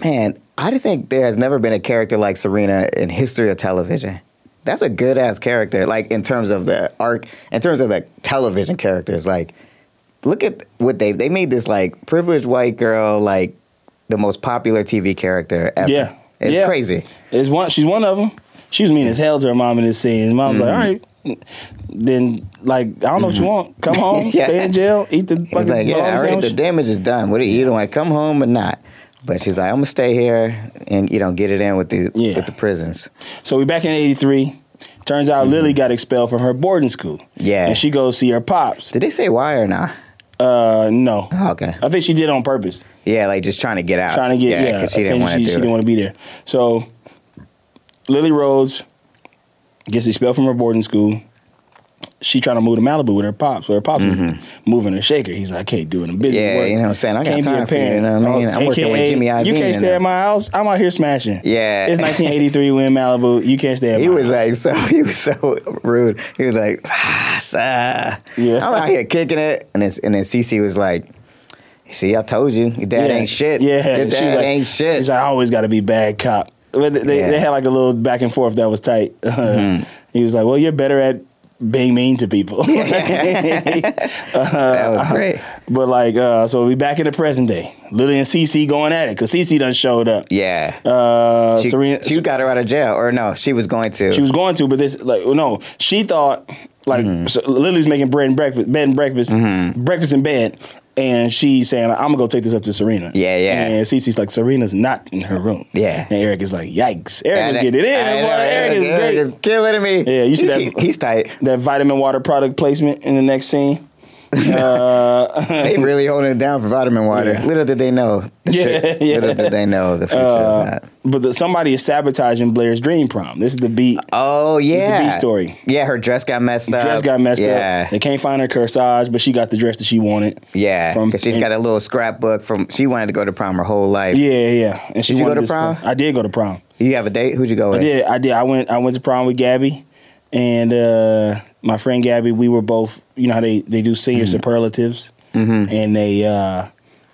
[SPEAKER 3] man, I think there has never been a character like Serena in history of television. That's a good ass character, like in terms of the arc, in terms of the television characters. Like, look at what they they made this like privileged white girl like the most popular TV character ever.
[SPEAKER 2] Yeah.
[SPEAKER 3] it's
[SPEAKER 2] Yeah.
[SPEAKER 3] crazy.
[SPEAKER 2] Is one she's one of them. She was mean as hell to her mom in this scene. His mom's like, all right.
[SPEAKER 3] Mm-hmm.
[SPEAKER 2] Then, like, I don't know what you want. Come home,
[SPEAKER 3] Yeah.
[SPEAKER 2] stay in jail, eat the
[SPEAKER 3] It's
[SPEAKER 2] fucking
[SPEAKER 3] like yeah,
[SPEAKER 2] bologna
[SPEAKER 3] all right, the
[SPEAKER 2] sandwich.
[SPEAKER 3] damage is done. What do you either want to come home or not? But she's like, I'm gonna stay here and you know get it in with the
[SPEAKER 2] Yeah.
[SPEAKER 3] with the prisons.
[SPEAKER 2] So we back in '83. Turns out Lily got expelled from her boarding school.
[SPEAKER 3] Mm-hmm. Yeah.
[SPEAKER 2] and she goes see her pops.
[SPEAKER 3] Did they say why or not?
[SPEAKER 2] Uh, no,
[SPEAKER 3] Oh, okay,
[SPEAKER 2] I think she did on purpose,
[SPEAKER 3] yeah, like just trying to get out,
[SPEAKER 2] trying to get yeah,
[SPEAKER 3] 'cause she didn't
[SPEAKER 2] attention.
[SPEAKER 3] want to
[SPEAKER 2] she,
[SPEAKER 3] do
[SPEAKER 2] she
[SPEAKER 3] it.
[SPEAKER 2] didn't want to be there. So Lily Rhodes gets expelled from her boarding school. She trying to move to Malibu with her pops. Where her pops is moving her shaker. He's like, I can't do it. I'm busy.
[SPEAKER 3] Mm-hmm. Yeah,
[SPEAKER 2] with work.
[SPEAKER 3] you know what I'm saying? I got
[SPEAKER 2] Can't be
[SPEAKER 3] time
[SPEAKER 2] a
[SPEAKER 3] for you, you
[SPEAKER 2] parent.
[SPEAKER 3] know what I mean?
[SPEAKER 2] Oh,
[SPEAKER 3] I'm working with
[SPEAKER 2] AKA,
[SPEAKER 3] Jimmy
[SPEAKER 2] You
[SPEAKER 3] Iovine
[SPEAKER 2] can't
[SPEAKER 3] and
[SPEAKER 2] stay at
[SPEAKER 3] them.
[SPEAKER 2] my house. I'm out here smashing.
[SPEAKER 3] Yeah.
[SPEAKER 2] it's 1983. We're in Malibu. You can't stay at
[SPEAKER 3] He
[SPEAKER 2] my
[SPEAKER 3] was
[SPEAKER 2] house.
[SPEAKER 3] like so he was so rude. He was like, ah, sir.
[SPEAKER 2] Yeah.
[SPEAKER 3] I'm out here kicking it. And then and then Cece was like, see, I told you, your dad
[SPEAKER 2] Yeah.
[SPEAKER 3] ain't shit.
[SPEAKER 2] Yeah,
[SPEAKER 3] Your
[SPEAKER 2] She
[SPEAKER 3] dad
[SPEAKER 2] was like-
[SPEAKER 3] ain't
[SPEAKER 2] She's
[SPEAKER 3] shit.
[SPEAKER 2] like, I always got to be bad cop. But they, they,
[SPEAKER 3] Yeah. Mm-hmm.
[SPEAKER 2] they had like a little back and forth that was tight. He was like, Well, you're better at being mean to people.
[SPEAKER 3] that was
[SPEAKER 2] uh-huh.
[SPEAKER 3] great.
[SPEAKER 2] but like, uh, so we back in the present day. Lily and Cece going at it because Cece done showed up.
[SPEAKER 3] Yeah.
[SPEAKER 2] Uh,
[SPEAKER 3] she,
[SPEAKER 2] Serena,
[SPEAKER 3] she got her out of jail. Or no, she was going to.
[SPEAKER 2] she was going to, but this like no, she thought like
[SPEAKER 3] Mm-hmm.
[SPEAKER 2] so Lily's making bread and breakfast, bed and breakfast, breakfast in bed, and she's saying I'm gonna go take this up to Serena.
[SPEAKER 3] Yeah, yeah.
[SPEAKER 2] And Cece's like Serena's not in her room.
[SPEAKER 3] Yeah.
[SPEAKER 2] and Eric is like yikes. Eric
[SPEAKER 3] And
[SPEAKER 2] was
[SPEAKER 3] I-
[SPEAKER 2] getting it in.
[SPEAKER 3] I
[SPEAKER 2] boy.
[SPEAKER 3] know,
[SPEAKER 2] Eric is great.
[SPEAKER 3] is killing me.
[SPEAKER 2] Yeah, you see
[SPEAKER 3] he's,
[SPEAKER 2] that-
[SPEAKER 3] he's tight.
[SPEAKER 2] that vitamin water product placement in the next scene.
[SPEAKER 3] They really holding it down for vitamin water.
[SPEAKER 2] Yeah.
[SPEAKER 3] Little did they know. the
[SPEAKER 2] Yeah,
[SPEAKER 3] shit-
[SPEAKER 2] yeah.
[SPEAKER 3] Little did they know the future
[SPEAKER 2] Uh,
[SPEAKER 3] of that.
[SPEAKER 2] but the, somebody is sabotaging Blair's dream prom. This is the beat.
[SPEAKER 3] Oh yeah,
[SPEAKER 2] B story.
[SPEAKER 3] Yeah, her dress got messed up.
[SPEAKER 2] dress got messed
[SPEAKER 3] yeah.
[SPEAKER 2] up. They can't find her corsage, but she got the dress that she wanted.
[SPEAKER 3] Yeah,
[SPEAKER 2] From-
[SPEAKER 3] because she's got a little scrapbook from. She wanted to go to prom her whole life.
[SPEAKER 2] Yeah, yeah. And she
[SPEAKER 3] Did you go
[SPEAKER 2] wanted
[SPEAKER 3] to
[SPEAKER 2] this-
[SPEAKER 3] prom?
[SPEAKER 2] I did go to prom.
[SPEAKER 3] You have a date? Who'd you go with?
[SPEAKER 2] I did. I did. I went. I went to prom with Gabby, and uh, my friend Gabby. We were both. You know how they they do
[SPEAKER 3] Mm-hmm.
[SPEAKER 2] senior superlatives, and they uh,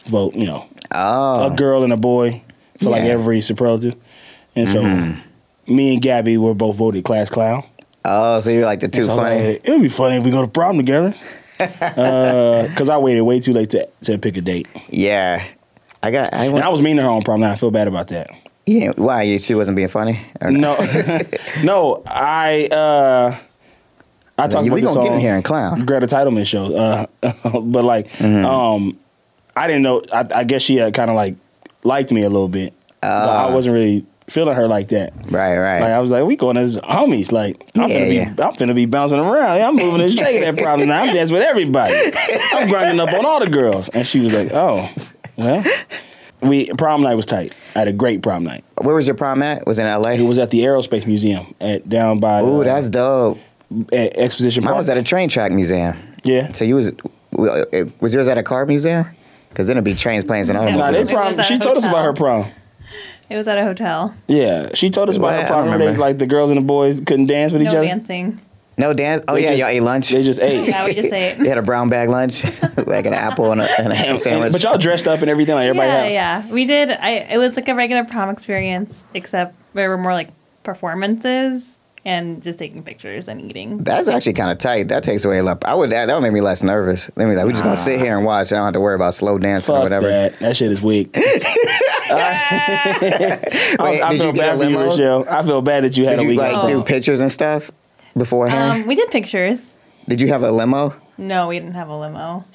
[SPEAKER 2] vote. You know,
[SPEAKER 3] Oh,
[SPEAKER 2] a girl and a boy for like
[SPEAKER 3] Yeah. Mm-hmm.
[SPEAKER 2] every superlative, and so me and Gabby were both voted class clown.
[SPEAKER 3] oh, so you're like the two
[SPEAKER 2] So I was
[SPEAKER 3] funny.
[SPEAKER 2] like, It'll be funny if we go to prom together. Because I waited way too late to, to pick a date,
[SPEAKER 3] Yeah, I got. I
[SPEAKER 2] and
[SPEAKER 3] went.
[SPEAKER 2] I was mean to her on prom night. I feel bad about that.
[SPEAKER 3] yeah, why you, she wasn't being funny? Or
[SPEAKER 2] No, no, I uh, I talked
[SPEAKER 3] we
[SPEAKER 2] about this
[SPEAKER 3] gonna get
[SPEAKER 2] on
[SPEAKER 3] in here and clown.
[SPEAKER 2] Greta Titleman show, uh, but like,
[SPEAKER 3] Mm-hmm.
[SPEAKER 2] um, I didn't know. I, I guess she had kind of like liked me a little bit. but I wasn't really feeling her like that.
[SPEAKER 3] Right, Oh. right.
[SPEAKER 2] Mm-hmm. Like I was like, we going as homies. Like I'm
[SPEAKER 3] Yeah,
[SPEAKER 2] gonna be,
[SPEAKER 3] yeah.
[SPEAKER 2] I'm finna be bouncing around. I'm moving this shaking E that problem. Now I'm dancing with everybody. I'm grinding up on all the girls. And she was like, oh, well, we prom night was tight. I had a great prom night.
[SPEAKER 3] Where was your prom at? Was it in LA?
[SPEAKER 2] It was at the Aerospace Museum at down by
[SPEAKER 3] Ooh,
[SPEAKER 2] uh,
[SPEAKER 3] that's dope.
[SPEAKER 2] at Exposition Park.
[SPEAKER 3] Mine was at a train track museum.
[SPEAKER 2] yeah.
[SPEAKER 3] So you was well, it- was yours at a car museum? Because then it'd be trains, planes, and
[SPEAKER 2] Nah,
[SPEAKER 3] automobiles.
[SPEAKER 2] they
[SPEAKER 4] It was
[SPEAKER 2] prom.
[SPEAKER 4] at a
[SPEAKER 2] She told us about
[SPEAKER 4] hotel.
[SPEAKER 2] her prom.
[SPEAKER 4] It was at a hotel.
[SPEAKER 2] Yeah, she told us about
[SPEAKER 3] Well,
[SPEAKER 2] her
[SPEAKER 3] I
[SPEAKER 2] prom. Remember, they,
[SPEAKER 3] remember.
[SPEAKER 2] like the girls and the boys couldn't dance with
[SPEAKER 4] No
[SPEAKER 2] each other.
[SPEAKER 4] dancing.
[SPEAKER 3] no dance. Oh
[SPEAKER 2] They
[SPEAKER 3] yeah,
[SPEAKER 2] just-
[SPEAKER 3] y'all ate lunch.
[SPEAKER 2] They just ate.
[SPEAKER 4] Yeah, we just ate.
[SPEAKER 3] They had a brown bag lunch, like an apple and a, and a ham
[SPEAKER 2] And-
[SPEAKER 3] sandwich.
[SPEAKER 2] but y'all dressed up and everything. Like everybody
[SPEAKER 4] yeah,
[SPEAKER 2] had.
[SPEAKER 4] yeah. We did. I it was like a regular prom experience, except there were more like performances and just taking pictures and eating.
[SPEAKER 3] That's actually kind of tight. That takes away a lot. I would that, that would make me less nervous. Let me like we just gonna sit here and watch. I don't have to worry about slow dancing or
[SPEAKER 2] Fuck
[SPEAKER 3] whatever.
[SPEAKER 2] that. That shit is weak. I,
[SPEAKER 3] Wait,
[SPEAKER 2] I
[SPEAKER 3] did
[SPEAKER 2] feel
[SPEAKER 3] you get
[SPEAKER 2] bad
[SPEAKER 3] a
[SPEAKER 2] for you,
[SPEAKER 3] limo?
[SPEAKER 2] Rochelle. I feel bad that you had
[SPEAKER 3] Did
[SPEAKER 2] a
[SPEAKER 3] you
[SPEAKER 2] weak
[SPEAKER 3] like
[SPEAKER 4] Oh.
[SPEAKER 3] do pictures and stuff beforehand?
[SPEAKER 4] Um, we did pictures.
[SPEAKER 3] did you have a limo?
[SPEAKER 4] No, we didn't have a limo.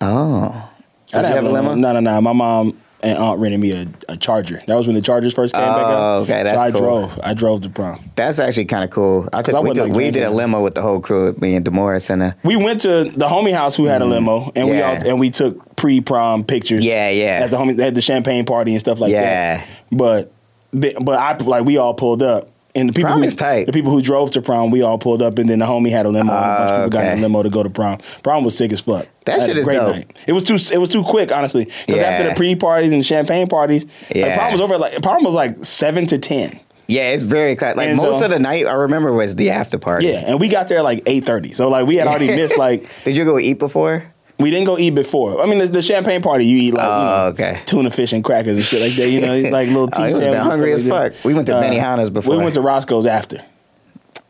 [SPEAKER 3] Oh,
[SPEAKER 2] I
[SPEAKER 3] did you have a limo?
[SPEAKER 2] No, no, no. My mom and aunt rented me a, a charger. That was when the chargers first came back
[SPEAKER 3] Oh,
[SPEAKER 2] up.
[SPEAKER 3] okay,
[SPEAKER 2] So
[SPEAKER 3] that's
[SPEAKER 2] I
[SPEAKER 3] cool.
[SPEAKER 2] drove. I drove the prom.
[SPEAKER 3] That's actually kind of cool. I
[SPEAKER 2] I
[SPEAKER 3] took, we,
[SPEAKER 2] wouldn't
[SPEAKER 3] took,
[SPEAKER 2] like
[SPEAKER 3] we did a
[SPEAKER 2] drinking.
[SPEAKER 3] limo with the whole crew, me and Demoris and a,
[SPEAKER 2] We went to the homie house who had a limo, and we
[SPEAKER 3] Mm. yeah.
[SPEAKER 2] all and we took pre prom pictures.
[SPEAKER 3] Yeah, yeah.
[SPEAKER 2] At the homie, they had the champagne party and stuff like
[SPEAKER 3] Yeah.
[SPEAKER 2] that. But the- but I like we all pulled up, and the people
[SPEAKER 3] Prom
[SPEAKER 2] who,
[SPEAKER 3] is tight.
[SPEAKER 2] The people who drove to prom, we all pulled up, and then the homie had a limo. and a bunch of people got in
[SPEAKER 3] Ah, okay.
[SPEAKER 2] a limo to go to prom. Prom was sick as fuck.
[SPEAKER 3] That
[SPEAKER 2] I had
[SPEAKER 3] shit
[SPEAKER 2] a
[SPEAKER 3] is
[SPEAKER 2] great
[SPEAKER 3] dope.
[SPEAKER 2] Night. It was too it was too quick, honestly. Because after
[SPEAKER 3] Yeah.
[SPEAKER 2] the pre parties and champagne parties, like,
[SPEAKER 3] Yeah.
[SPEAKER 2] prom was over. at, Like prom was like seven to ten.
[SPEAKER 3] yeah, it's very cla- like
[SPEAKER 2] And
[SPEAKER 3] most
[SPEAKER 2] so-
[SPEAKER 3] of the night. I remember was the after party.
[SPEAKER 2] Yeah, and we got there like eight thirty. So like we had already missed like.
[SPEAKER 3] Did you go eat before?
[SPEAKER 2] We didn't go eat before. I mean, the, the champagne party, you eat like you know,
[SPEAKER 3] Oh, okay.
[SPEAKER 2] tuna fish and crackers and shit like that. You know, it's like little tea
[SPEAKER 3] Oh, you would've been
[SPEAKER 2] sandwiches.
[SPEAKER 3] hungry as
[SPEAKER 2] stuff like
[SPEAKER 3] fuck.
[SPEAKER 2] that. Uh,
[SPEAKER 3] We went to Benihana's before.
[SPEAKER 2] We went to Roscoe's after.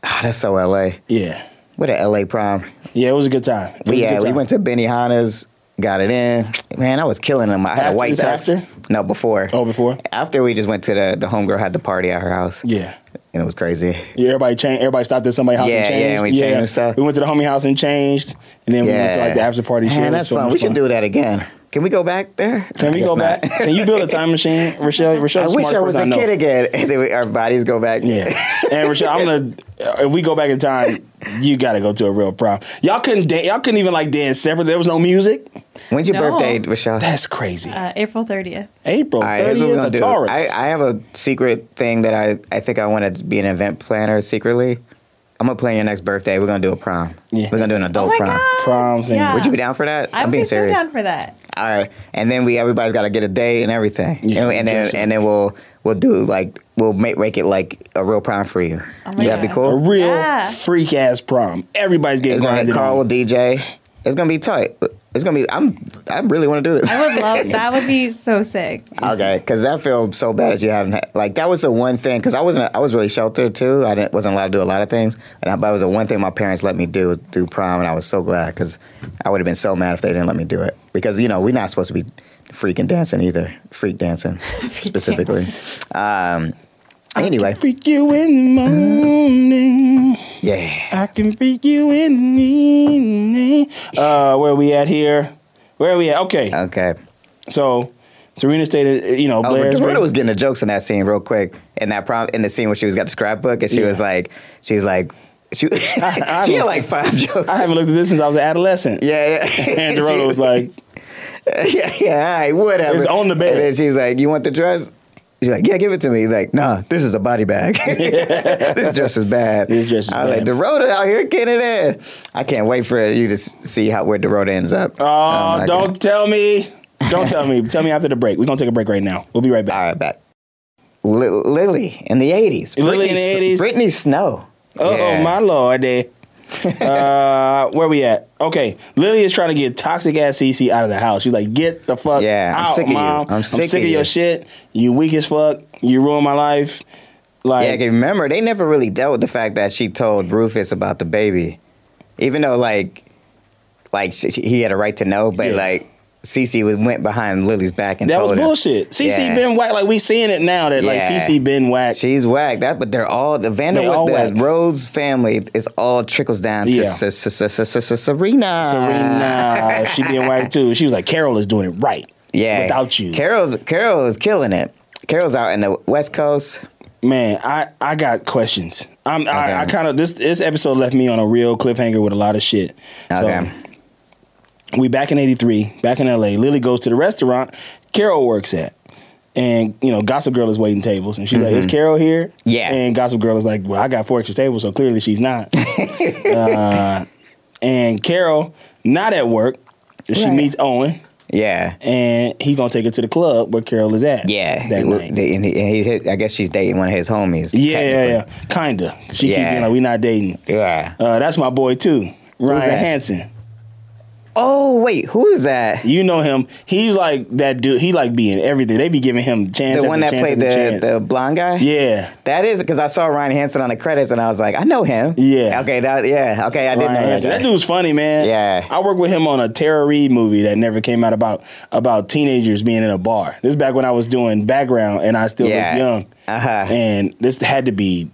[SPEAKER 3] Ah, that's so LA.
[SPEAKER 2] Yeah,
[SPEAKER 3] What a LA prom.
[SPEAKER 2] yeah, it was a good time. It was
[SPEAKER 3] We
[SPEAKER 2] a good
[SPEAKER 3] yeah, we
[SPEAKER 2] time.
[SPEAKER 3] went to Benihana's, got it in. Man, I was killing them. I had
[SPEAKER 2] After
[SPEAKER 3] a white
[SPEAKER 2] this,
[SPEAKER 3] tux.
[SPEAKER 2] after?
[SPEAKER 3] No, before.
[SPEAKER 2] oh before.
[SPEAKER 3] After we just went to the the homegirl had the party at her house.
[SPEAKER 2] Yeah.
[SPEAKER 3] And it was crazy.
[SPEAKER 2] Yeah, everybody changed. Everybody stopped at somebody's house
[SPEAKER 3] Yeah,
[SPEAKER 2] and
[SPEAKER 3] yeah,
[SPEAKER 2] changed.
[SPEAKER 3] and we changed and stuff.
[SPEAKER 2] We went to the homie house and changed, and then we went to like the after party. shit. It
[SPEAKER 3] Man,
[SPEAKER 2] was
[SPEAKER 3] that's
[SPEAKER 2] so
[SPEAKER 3] fun.
[SPEAKER 2] much
[SPEAKER 3] We should do that again. Can we go back there?
[SPEAKER 2] Can
[SPEAKER 3] I
[SPEAKER 2] we
[SPEAKER 3] guess
[SPEAKER 2] go
[SPEAKER 3] not.
[SPEAKER 2] back? Can you build a time machine, Rochelle?
[SPEAKER 3] I
[SPEAKER 2] Rochelle's the
[SPEAKER 3] wish I
[SPEAKER 2] smartest
[SPEAKER 3] was a
[SPEAKER 2] person know.
[SPEAKER 3] kid again. And then we, our bodies go back.
[SPEAKER 2] Yeah, and Rochelle, I'm gonna. uh, If we go back in time, you gotta go to a real prom. Y'all couldn't dance. Y'all couldn't even like dance separate. There was no music.
[SPEAKER 3] When's your
[SPEAKER 4] No.
[SPEAKER 3] birthday, Rochelle?
[SPEAKER 2] That's crazy.
[SPEAKER 4] Uh, April thirtieth.
[SPEAKER 2] April
[SPEAKER 3] All right, here's
[SPEAKER 2] 30th,
[SPEAKER 3] what we're
[SPEAKER 2] is
[SPEAKER 3] gonna
[SPEAKER 2] a
[SPEAKER 3] do.
[SPEAKER 2] Taurus.
[SPEAKER 3] I, I have a secret thing that I, I think I want to be an event planner secretly. I'm gonna plan your next birthday. We're gonna do a prom.
[SPEAKER 2] Yeah.
[SPEAKER 3] We're gonna do an
[SPEAKER 4] Oh
[SPEAKER 3] adult
[SPEAKER 4] my
[SPEAKER 3] prom.
[SPEAKER 4] god!
[SPEAKER 2] Prom thing.
[SPEAKER 4] Yeah.
[SPEAKER 2] Would
[SPEAKER 3] Would you be down for that?
[SPEAKER 4] I
[SPEAKER 3] am
[SPEAKER 4] would
[SPEAKER 3] being
[SPEAKER 4] be so
[SPEAKER 3] serious.
[SPEAKER 4] down for that.
[SPEAKER 3] All right, and then we everybody's got to get a day and everything,
[SPEAKER 2] Yeah,
[SPEAKER 3] and, and then
[SPEAKER 2] dress up.
[SPEAKER 3] and then we'll we'll do like we'll make make it like a real prom for you.
[SPEAKER 4] Oh my
[SPEAKER 3] That'd be
[SPEAKER 4] God.
[SPEAKER 2] a
[SPEAKER 3] cool.
[SPEAKER 2] real
[SPEAKER 4] Yeah.
[SPEAKER 2] freak ass prom. Everybody's getting
[SPEAKER 3] It's gonna be
[SPEAKER 2] grinded.
[SPEAKER 3] Carl
[SPEAKER 2] on.
[SPEAKER 3] will DJ. It's gonna be tight. It's gonna be. I'm. I really want to do this.
[SPEAKER 4] I would love. that would be so sick.
[SPEAKER 3] Okay, because that feels so bad that you haven't had, like that was the one thing because I wasn't I was really sheltered too. I didn't, wasn't allowed to do a lot of things, and I, but it was the one thing my parents let me do was do prom, and I was so glad because I would have been so mad if they didn't let me do it because you know we're not supposed to be freaking dancing either, freak dancing specifically. Um, anyway,
[SPEAKER 2] Freak you in the morning.
[SPEAKER 3] yeah,
[SPEAKER 2] I can freak you in the evening. Uh, where we at here? Where we at? Okay.
[SPEAKER 3] okay.
[SPEAKER 2] so, Serena stated, you know,
[SPEAKER 3] Oh,
[SPEAKER 2] Blair's.
[SPEAKER 3] Roberta was getting the jokes in that scene real quick. In that prom, in the scene where she was got the scrapbook, and she
[SPEAKER 2] Yeah.
[SPEAKER 3] was like, she's like, she, she had like five jokes.
[SPEAKER 2] I haven't looked at this since I was an adolescent.
[SPEAKER 3] yeah, yeah.
[SPEAKER 2] And
[SPEAKER 3] She-
[SPEAKER 2] Dorota was like,
[SPEAKER 3] yeah, yeah, all right, whatever.
[SPEAKER 2] It's on the bed.
[SPEAKER 3] And then she's like, You want the dress? She's like, Yeah, give it to me. He's like, Nah, this is a body bag. this dress is bad.
[SPEAKER 2] This dress is
[SPEAKER 3] I was like,
[SPEAKER 2] bad.
[SPEAKER 3] Dorota out here getting it in. I can't wait for you to s- see how where Dorota ends up.
[SPEAKER 2] oh,
[SPEAKER 3] my
[SPEAKER 2] don't
[SPEAKER 3] God.
[SPEAKER 2] tell me. Don't tell me. Tell me after the break. We're going to take a break right now. We'll be right
[SPEAKER 3] All
[SPEAKER 2] back.
[SPEAKER 3] right, back. Li- Lily in the 80s.
[SPEAKER 2] Lily in
[SPEAKER 3] Britney-
[SPEAKER 2] the 80s.
[SPEAKER 3] Britney Snow.
[SPEAKER 2] Oh,
[SPEAKER 3] Yeah.
[SPEAKER 2] my lord. eh. uh, where we at? Okay, Lily is trying to get toxic ass CC out of the house. She's like, "Get the fuck
[SPEAKER 3] Yeah, I'm
[SPEAKER 2] out,
[SPEAKER 3] sick of you.
[SPEAKER 2] mom.
[SPEAKER 3] I'm sick of
[SPEAKER 2] your
[SPEAKER 3] you."
[SPEAKER 2] shit. You weak as fuck. You ruined my life.
[SPEAKER 3] Yeah,
[SPEAKER 2] Like,
[SPEAKER 3] 'cause remember, they never really dealt with the fact that she told Rufus about the baby, even though like, like she, she- he had a right to know, but
[SPEAKER 2] Yeah.
[SPEAKER 3] like Cece was, went behind Lily's back and
[SPEAKER 2] That
[SPEAKER 3] told
[SPEAKER 2] was
[SPEAKER 3] her.
[SPEAKER 2] bullshit. CC
[SPEAKER 3] Yeah.
[SPEAKER 2] been whack. Like we seeing it now that like
[SPEAKER 3] Yeah.
[SPEAKER 2] CC been whack.
[SPEAKER 3] She's whack. That, but they're all the
[SPEAKER 2] They
[SPEAKER 3] Vanderwood,
[SPEAKER 2] all
[SPEAKER 3] the
[SPEAKER 2] whack.
[SPEAKER 3] Rhodes family is all trickles down to
[SPEAKER 2] Yeah.
[SPEAKER 3] S- S- S- S- S- Serena.
[SPEAKER 2] Serena, she being whack too. She was like, Carol is doing it right.
[SPEAKER 3] Yeah,
[SPEAKER 2] without you,
[SPEAKER 3] Carol's Carol is killing it. Carol's out in the West Coast.
[SPEAKER 2] man. I I got questions. I'm
[SPEAKER 3] Okay.
[SPEAKER 2] I, I kind of this this episode left me on a real cliffhanger with a lot of shit. So,
[SPEAKER 3] Okay,
[SPEAKER 2] we back in 83 back in la lily goes to the restaurant carol works at and you know gossip girl is waiting tables and she's like is carol here
[SPEAKER 3] Mm-hmm. Yeah.
[SPEAKER 2] and gossip girl is like well i got four extra tables so clearly she's not Uh, and carol not at work she
[SPEAKER 3] Right.
[SPEAKER 2] meets owen
[SPEAKER 3] yeah,
[SPEAKER 2] and he's gonna take her to the club where carol is at
[SPEAKER 3] yeah.
[SPEAKER 2] that night.
[SPEAKER 3] They- and he, and he hit, I guess she's dating one of his homies.
[SPEAKER 2] yeah yeah yeah kinda she keep
[SPEAKER 3] Yeah.
[SPEAKER 2] being like we not dating
[SPEAKER 3] yeah, yeah.
[SPEAKER 2] uh, that's my boy too ryan
[SPEAKER 3] that?
[SPEAKER 2] hansen
[SPEAKER 3] Oh wait, who is that?
[SPEAKER 2] You know him. He's like that dude. He like being everything. They be giving him chance.
[SPEAKER 3] The one that
[SPEAKER 2] after chance
[SPEAKER 3] played
[SPEAKER 2] after
[SPEAKER 3] the,
[SPEAKER 2] chance.
[SPEAKER 3] the blonde guy.
[SPEAKER 2] yeah.
[SPEAKER 3] That is because I saw Ryan Hansen on the credits and I was like, I know him.
[SPEAKER 2] Yeah.
[SPEAKER 3] Okay. That. Yeah. Okay. I did
[SPEAKER 2] Ryan
[SPEAKER 3] know
[SPEAKER 2] Hansen.
[SPEAKER 3] that.
[SPEAKER 2] That
[SPEAKER 3] guy.
[SPEAKER 2] dude's funny, man.
[SPEAKER 3] Yeah.
[SPEAKER 2] I worked with him on a Tara Reid movie that never came out about about teenagers being in a bar. This is back when I was doing background and I still
[SPEAKER 3] Yeah.
[SPEAKER 2] looked young.
[SPEAKER 3] Uh-huh.
[SPEAKER 2] And this had to be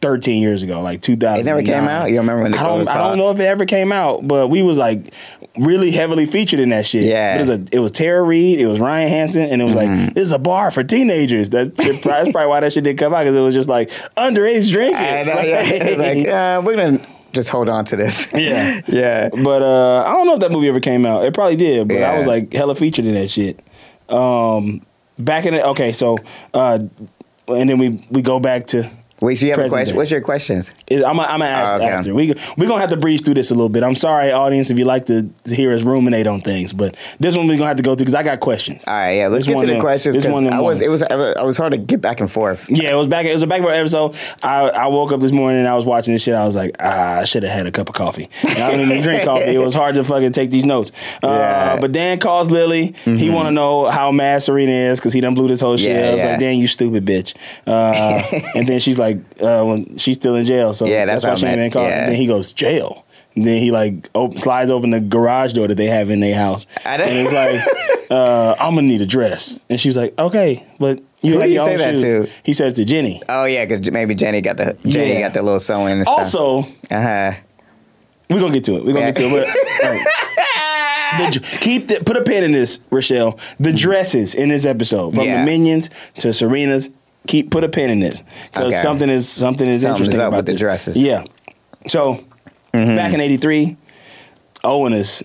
[SPEAKER 2] thirteen years ago, like two thousand.
[SPEAKER 3] It never came out? You remember when it
[SPEAKER 2] I don't.
[SPEAKER 3] was
[SPEAKER 2] I
[SPEAKER 3] called?
[SPEAKER 2] don't know if it ever came out, but we was like really heavily featured in that shit.
[SPEAKER 3] Yeah. Mm-hmm.
[SPEAKER 2] It was a. It was Tara Reid. It was Ryan Hansen, and it was like this is a bar for teenagers. That shit, pro- that's probably why that shit didn't come out because it was just like underage drinking.
[SPEAKER 3] I know, yeah. It's like, uh, we're gonna just hold on to this.
[SPEAKER 2] Yeah.
[SPEAKER 3] yeah.
[SPEAKER 2] But uh, I don't know if that movie ever came out. It probably did, but
[SPEAKER 3] Yeah.
[SPEAKER 2] I was like hella featured in that shit. Um, back in the okay, so uh, and then we we go back to.
[SPEAKER 3] Wait, so you have a
[SPEAKER 2] Present
[SPEAKER 3] question?
[SPEAKER 2] day.
[SPEAKER 3] What's your questions?
[SPEAKER 2] Is, I'm gonna ask
[SPEAKER 3] Oh, okay.
[SPEAKER 2] after. We we gonna have to breeze through this a little bit. I'm sorry, audience, if you like to hear us ruminate on things, but this one we gonna have to go through because I got questions.
[SPEAKER 3] All right, yeah. Let's
[SPEAKER 2] This
[SPEAKER 3] get
[SPEAKER 2] one
[SPEAKER 3] to the
[SPEAKER 2] of-
[SPEAKER 3] questions
[SPEAKER 2] this
[SPEAKER 3] because
[SPEAKER 2] one of
[SPEAKER 3] I was
[SPEAKER 2] ones.
[SPEAKER 3] it was I was hard to get back and forth.
[SPEAKER 2] Yeah, it was back. It was a back episode. I, I woke up this morning and I was watching this shit. I was like, ah, I should have had a cup of coffee. And I don't even drink coffee. It was hard to fucking take these notes. Uh,
[SPEAKER 3] Yeah. Mm-hmm.
[SPEAKER 2] But Dan calls Lily. He want to know how mad Serena is because he done blew this whole shit.
[SPEAKER 3] Yeah,
[SPEAKER 2] I was
[SPEAKER 3] yeah.
[SPEAKER 2] like, Dan, you stupid bitch. Uh, and then she's like, uh, when she's still in jail. So
[SPEAKER 3] Yeah, that's
[SPEAKER 2] why
[SPEAKER 3] how
[SPEAKER 2] she
[SPEAKER 3] I'm
[SPEAKER 2] ain't
[SPEAKER 3] at-
[SPEAKER 2] been called.
[SPEAKER 3] yeah.
[SPEAKER 2] And then he goes jail. And then he like op- slides open the garage door that they have in their house.
[SPEAKER 3] I don't-
[SPEAKER 2] and he's like, uh, I'm gonna need a dress. And she's like, okay, but you
[SPEAKER 3] Who do
[SPEAKER 2] have your
[SPEAKER 3] you
[SPEAKER 2] own
[SPEAKER 3] say that
[SPEAKER 2] shoes."
[SPEAKER 3] to?
[SPEAKER 2] He said it to Jenny.
[SPEAKER 3] Oh yeah, because maybe Jenny got the Jenny
[SPEAKER 2] Yeah.
[SPEAKER 3] got the little sewing and stuff.
[SPEAKER 2] Also,
[SPEAKER 3] uh huh.
[SPEAKER 2] we're gonna get to it. We're gonna get to it. But, all right. The dr- keep the, put a pin in this, Rochelle. The dresses in this episode, from
[SPEAKER 3] Yeah.
[SPEAKER 2] the minions to Serena's, keep put a pin in this because
[SPEAKER 3] Okay.
[SPEAKER 2] something is something is
[SPEAKER 3] Something's
[SPEAKER 2] interesting
[SPEAKER 3] up
[SPEAKER 2] about
[SPEAKER 3] with the
[SPEAKER 2] this.
[SPEAKER 3] dresses. Mm-hmm.
[SPEAKER 2] Yeah. So back in '83, Owen is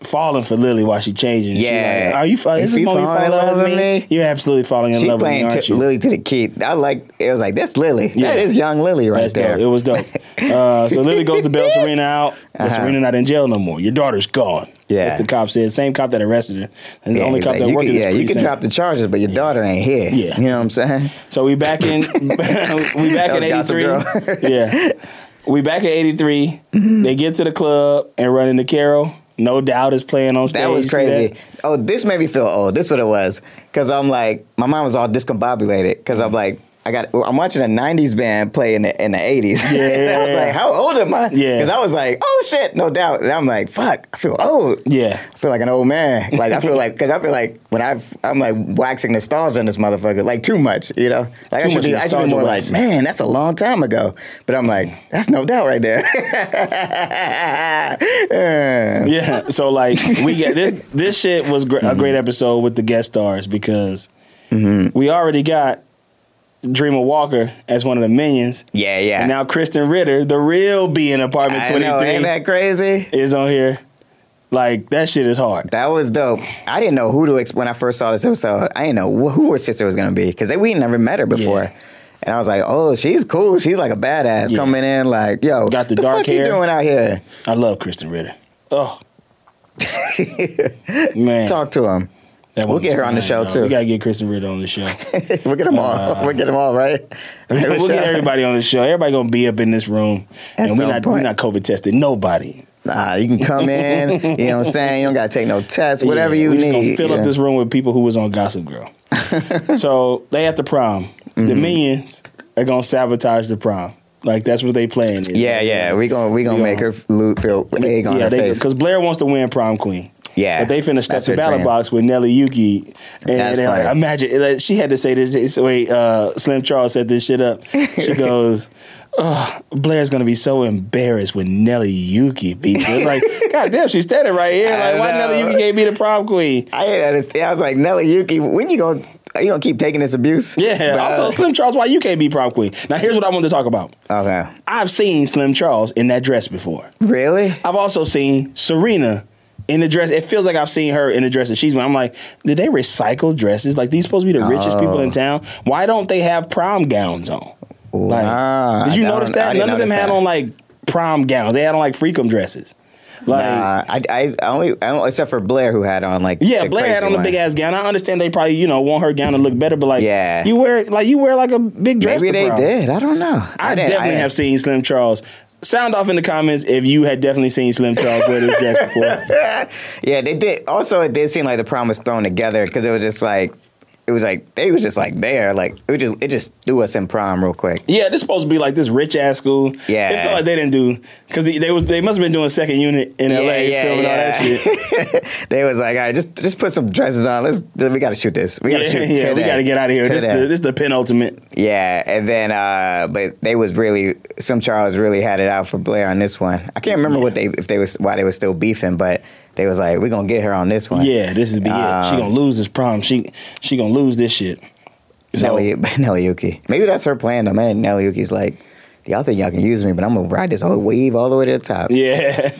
[SPEAKER 2] falling for Lily while she changing. She
[SPEAKER 3] Yeah.
[SPEAKER 2] like, are you? fa-
[SPEAKER 3] Is
[SPEAKER 2] Is this
[SPEAKER 3] he
[SPEAKER 2] moment you
[SPEAKER 3] falling
[SPEAKER 2] falling in love with me? You're absolutely falling in
[SPEAKER 3] She
[SPEAKER 2] love with me,
[SPEAKER 3] playing
[SPEAKER 2] aren't
[SPEAKER 3] t-
[SPEAKER 2] you?
[SPEAKER 3] Lily to the key. I like it was like that's Lily.
[SPEAKER 2] Yeah.
[SPEAKER 3] That is young Lily right
[SPEAKER 2] That's
[SPEAKER 3] there.
[SPEAKER 2] dope. It was dope. Uh, so Lily goes to bail Serena out, but
[SPEAKER 3] Uh-huh.
[SPEAKER 2] Serena not in jail no more. Your daughter's gone.
[SPEAKER 3] Yeah.
[SPEAKER 2] That's the cop said. Same cop that arrested her. And the
[SPEAKER 3] yeah,
[SPEAKER 2] only
[SPEAKER 3] he's
[SPEAKER 2] cop
[SPEAKER 3] like,
[SPEAKER 2] that
[SPEAKER 3] you
[SPEAKER 2] worked
[SPEAKER 3] can,
[SPEAKER 2] in this
[SPEAKER 3] yeah, you can
[SPEAKER 2] precinct.
[SPEAKER 3] drop the charges, but your daughter ain't here.
[SPEAKER 2] Yeah.
[SPEAKER 3] you know what I'm saying?
[SPEAKER 2] So we back in we back
[SPEAKER 3] That
[SPEAKER 2] in
[SPEAKER 3] was Gossip
[SPEAKER 2] eighty
[SPEAKER 3] Girl. Mm-hmm.
[SPEAKER 2] three. yeah. We back in eighty They get to the club and run into Carol. No doubt is playing on stage.
[SPEAKER 3] That was
[SPEAKER 2] You see
[SPEAKER 3] crazy.
[SPEAKER 2] that?
[SPEAKER 3] Oh, this made me feel old. This what it was. Cause I'm like, my mom was all discombobulated. Cause I'm like, I got, I'm watching a '90s band play in the in the '80s.
[SPEAKER 2] Yeah,
[SPEAKER 3] And I was
[SPEAKER 2] yeah,
[SPEAKER 3] like,
[SPEAKER 2] yeah.
[SPEAKER 3] how old am I?
[SPEAKER 2] Yeah.
[SPEAKER 3] Cause I was like, oh shit, no doubt. And I'm like, fuck, I feel old.
[SPEAKER 2] Yeah.
[SPEAKER 3] I feel like an old man. Like I feel like, cause I feel like when I, I'm like waxing nostalgia in this motherfucker, like too much, you know. Like I
[SPEAKER 2] Too
[SPEAKER 3] should
[SPEAKER 2] much
[SPEAKER 3] be, I should be
[SPEAKER 2] nostalgia
[SPEAKER 3] more
[SPEAKER 2] waxing.
[SPEAKER 3] like, man, that's a long time ago. But I'm like, that's no doubt right there.
[SPEAKER 2] Yeah. So like we get this this shit was gr- a
[SPEAKER 3] Mm-hmm.
[SPEAKER 2] great episode with the guest stars because we already got Dreamer Walker as one of the minions.
[SPEAKER 3] yeah, yeah.
[SPEAKER 2] And now Kristen Ritter, the real B in apartment
[SPEAKER 3] I know, ain't
[SPEAKER 2] 23,
[SPEAKER 3] that crazy?
[SPEAKER 2] is on here. Like that shit is hard.
[SPEAKER 3] That was dope. I didn't know who to ex- when I first saw this episode. I didn't know wh- who her sister was gonna be because we never met her before.
[SPEAKER 2] Yeah.
[SPEAKER 3] And I was like, oh, she's cool. She's like a badass
[SPEAKER 2] Yeah.
[SPEAKER 3] coming in. Like, yo,
[SPEAKER 2] Got the
[SPEAKER 3] the
[SPEAKER 2] dark
[SPEAKER 3] fuck you
[SPEAKER 2] hair.
[SPEAKER 3] doing out here?
[SPEAKER 2] I love Kristen Ritter. Oh. Man.
[SPEAKER 3] Talk to him.
[SPEAKER 2] that
[SPEAKER 3] we'll
[SPEAKER 2] woman's
[SPEAKER 3] get her on the
[SPEAKER 2] fine,
[SPEAKER 3] show,
[SPEAKER 2] dog.
[SPEAKER 3] too.
[SPEAKER 2] We gotta get Kristen Ritter on the show.
[SPEAKER 3] we'll get them all. we'll get them all right.
[SPEAKER 2] we'll get everybody on the show. Everybody gonna be up in this room.
[SPEAKER 3] At
[SPEAKER 2] and we're
[SPEAKER 3] some
[SPEAKER 2] not
[SPEAKER 3] point.
[SPEAKER 2] we're not COVID tested. Nobody.
[SPEAKER 3] Nah, you can come in. You know what I'm saying? You don't gotta take no tests. Whatever
[SPEAKER 2] Yeah,
[SPEAKER 3] you
[SPEAKER 2] we
[SPEAKER 3] need.
[SPEAKER 2] Just gonna fill
[SPEAKER 3] you
[SPEAKER 2] up
[SPEAKER 3] know?
[SPEAKER 2] this room with people who was on Gossip Girl. so they at the prom. The
[SPEAKER 3] Mm-hmm.
[SPEAKER 2] minions are gonna sabotage the prom. Like that's what they playing. is.
[SPEAKER 3] Yeah, yeah. We gonna we gonna
[SPEAKER 2] We
[SPEAKER 3] make
[SPEAKER 2] gonna-
[SPEAKER 3] her loot feel egg on her face.
[SPEAKER 2] Because Blair wants to win prom queen.
[SPEAKER 3] Yeah,
[SPEAKER 2] But they finna step
[SPEAKER 3] that's
[SPEAKER 2] the
[SPEAKER 3] her
[SPEAKER 2] ballot
[SPEAKER 3] dream.
[SPEAKER 2] box with Nelly Yuki. And
[SPEAKER 3] That's
[SPEAKER 2] they're like,
[SPEAKER 3] funny.
[SPEAKER 2] imagine like, she had to say this. It's the way uh, Slim Charles set this shit up. She goes, oh, Blair's gonna be so embarrassed when Nelly Yuki beats her. Like, God damn, she's standing right here.
[SPEAKER 3] I
[SPEAKER 2] Like, why
[SPEAKER 3] know.
[SPEAKER 2] Nelly Yuki can't be the prom queen?
[SPEAKER 3] I didn't understand. I was like, Nelly Yuki, when you gonna are you gonna keep taking this abuse?
[SPEAKER 2] Yeah.
[SPEAKER 3] But,
[SPEAKER 2] also, Slim Charles, why you can't be prom queen? Now, here's what I want to talk about.
[SPEAKER 3] okay,
[SPEAKER 2] I've seen Slim Charles in that dress before.
[SPEAKER 3] really?
[SPEAKER 2] I've also seen Serena in the dress. It feels like I've seen her in the dress that she's wearing. I'm like, did they recycle dresses? Like these supposed to be the richest people
[SPEAKER 3] Oh.
[SPEAKER 2] in town. Why don't they have prom gowns on? Like,
[SPEAKER 3] Nah,
[SPEAKER 2] did you
[SPEAKER 3] I
[SPEAKER 2] notice
[SPEAKER 3] don't- I
[SPEAKER 2] that?
[SPEAKER 3] didn't
[SPEAKER 2] None of them
[SPEAKER 3] notice
[SPEAKER 2] had
[SPEAKER 3] that.
[SPEAKER 2] on like prom gowns. They had on like freakum dresses. Like
[SPEAKER 3] Nah, I, I I only I don't, except for Blair who had on like
[SPEAKER 2] yeah,
[SPEAKER 3] the
[SPEAKER 2] Blair had
[SPEAKER 3] crazy
[SPEAKER 2] on a
[SPEAKER 3] one.
[SPEAKER 2] big ass gown. I understand they probably you know want her gown to look better, but like
[SPEAKER 3] Yeah.
[SPEAKER 2] you wear like you wear like a big dress.
[SPEAKER 3] Maybe
[SPEAKER 2] to
[SPEAKER 3] they
[SPEAKER 2] prom.
[SPEAKER 3] did. I don't know.
[SPEAKER 2] I,
[SPEAKER 3] didn't-
[SPEAKER 2] definitely
[SPEAKER 3] didn't-
[SPEAKER 2] have seen Slim Charles. Sound off in the comments if you had definitely seen Slim Charles wear this dress before.
[SPEAKER 3] Yeah, they did. Also, it did seem like the prom was thrown together because it was just like it was like they was just like there. Like it just it just threw us in prom real quick.
[SPEAKER 2] Yeah, this supposed to be like this rich ass school.
[SPEAKER 3] Yeah.
[SPEAKER 2] it felt like they didn't do because they, was they must have been doing second unit in
[SPEAKER 3] Yeah,
[SPEAKER 2] L.A.
[SPEAKER 3] yeah,
[SPEAKER 2] filming all that
[SPEAKER 3] yeah.
[SPEAKER 2] shit.
[SPEAKER 3] They was like, all right, just just put some dresses on. Let's we got to shoot this. We got to
[SPEAKER 2] yeah,
[SPEAKER 3] shoot.
[SPEAKER 2] yeah, we
[SPEAKER 3] today.
[SPEAKER 2] got to get out of here. This
[SPEAKER 3] Today.
[SPEAKER 2] the, this the penultimate.
[SPEAKER 3] Yeah, and then uh but they was really some Charles really had it out for Blair on this one. I can't remember what they if they was why they was still beefing, but they was like, um, We're gonna get her on this one.
[SPEAKER 2] Yeah, this is be it. She gonna lose this prom. She she gonna lose this shit. So-
[SPEAKER 3] Nelly Nelly Yuki. Maybe that's her plan though, man. Nelly Yuki's like, Y'all think y'all can use me, but I'm gonna ride this whole wave all the way to the top.
[SPEAKER 2] Yeah.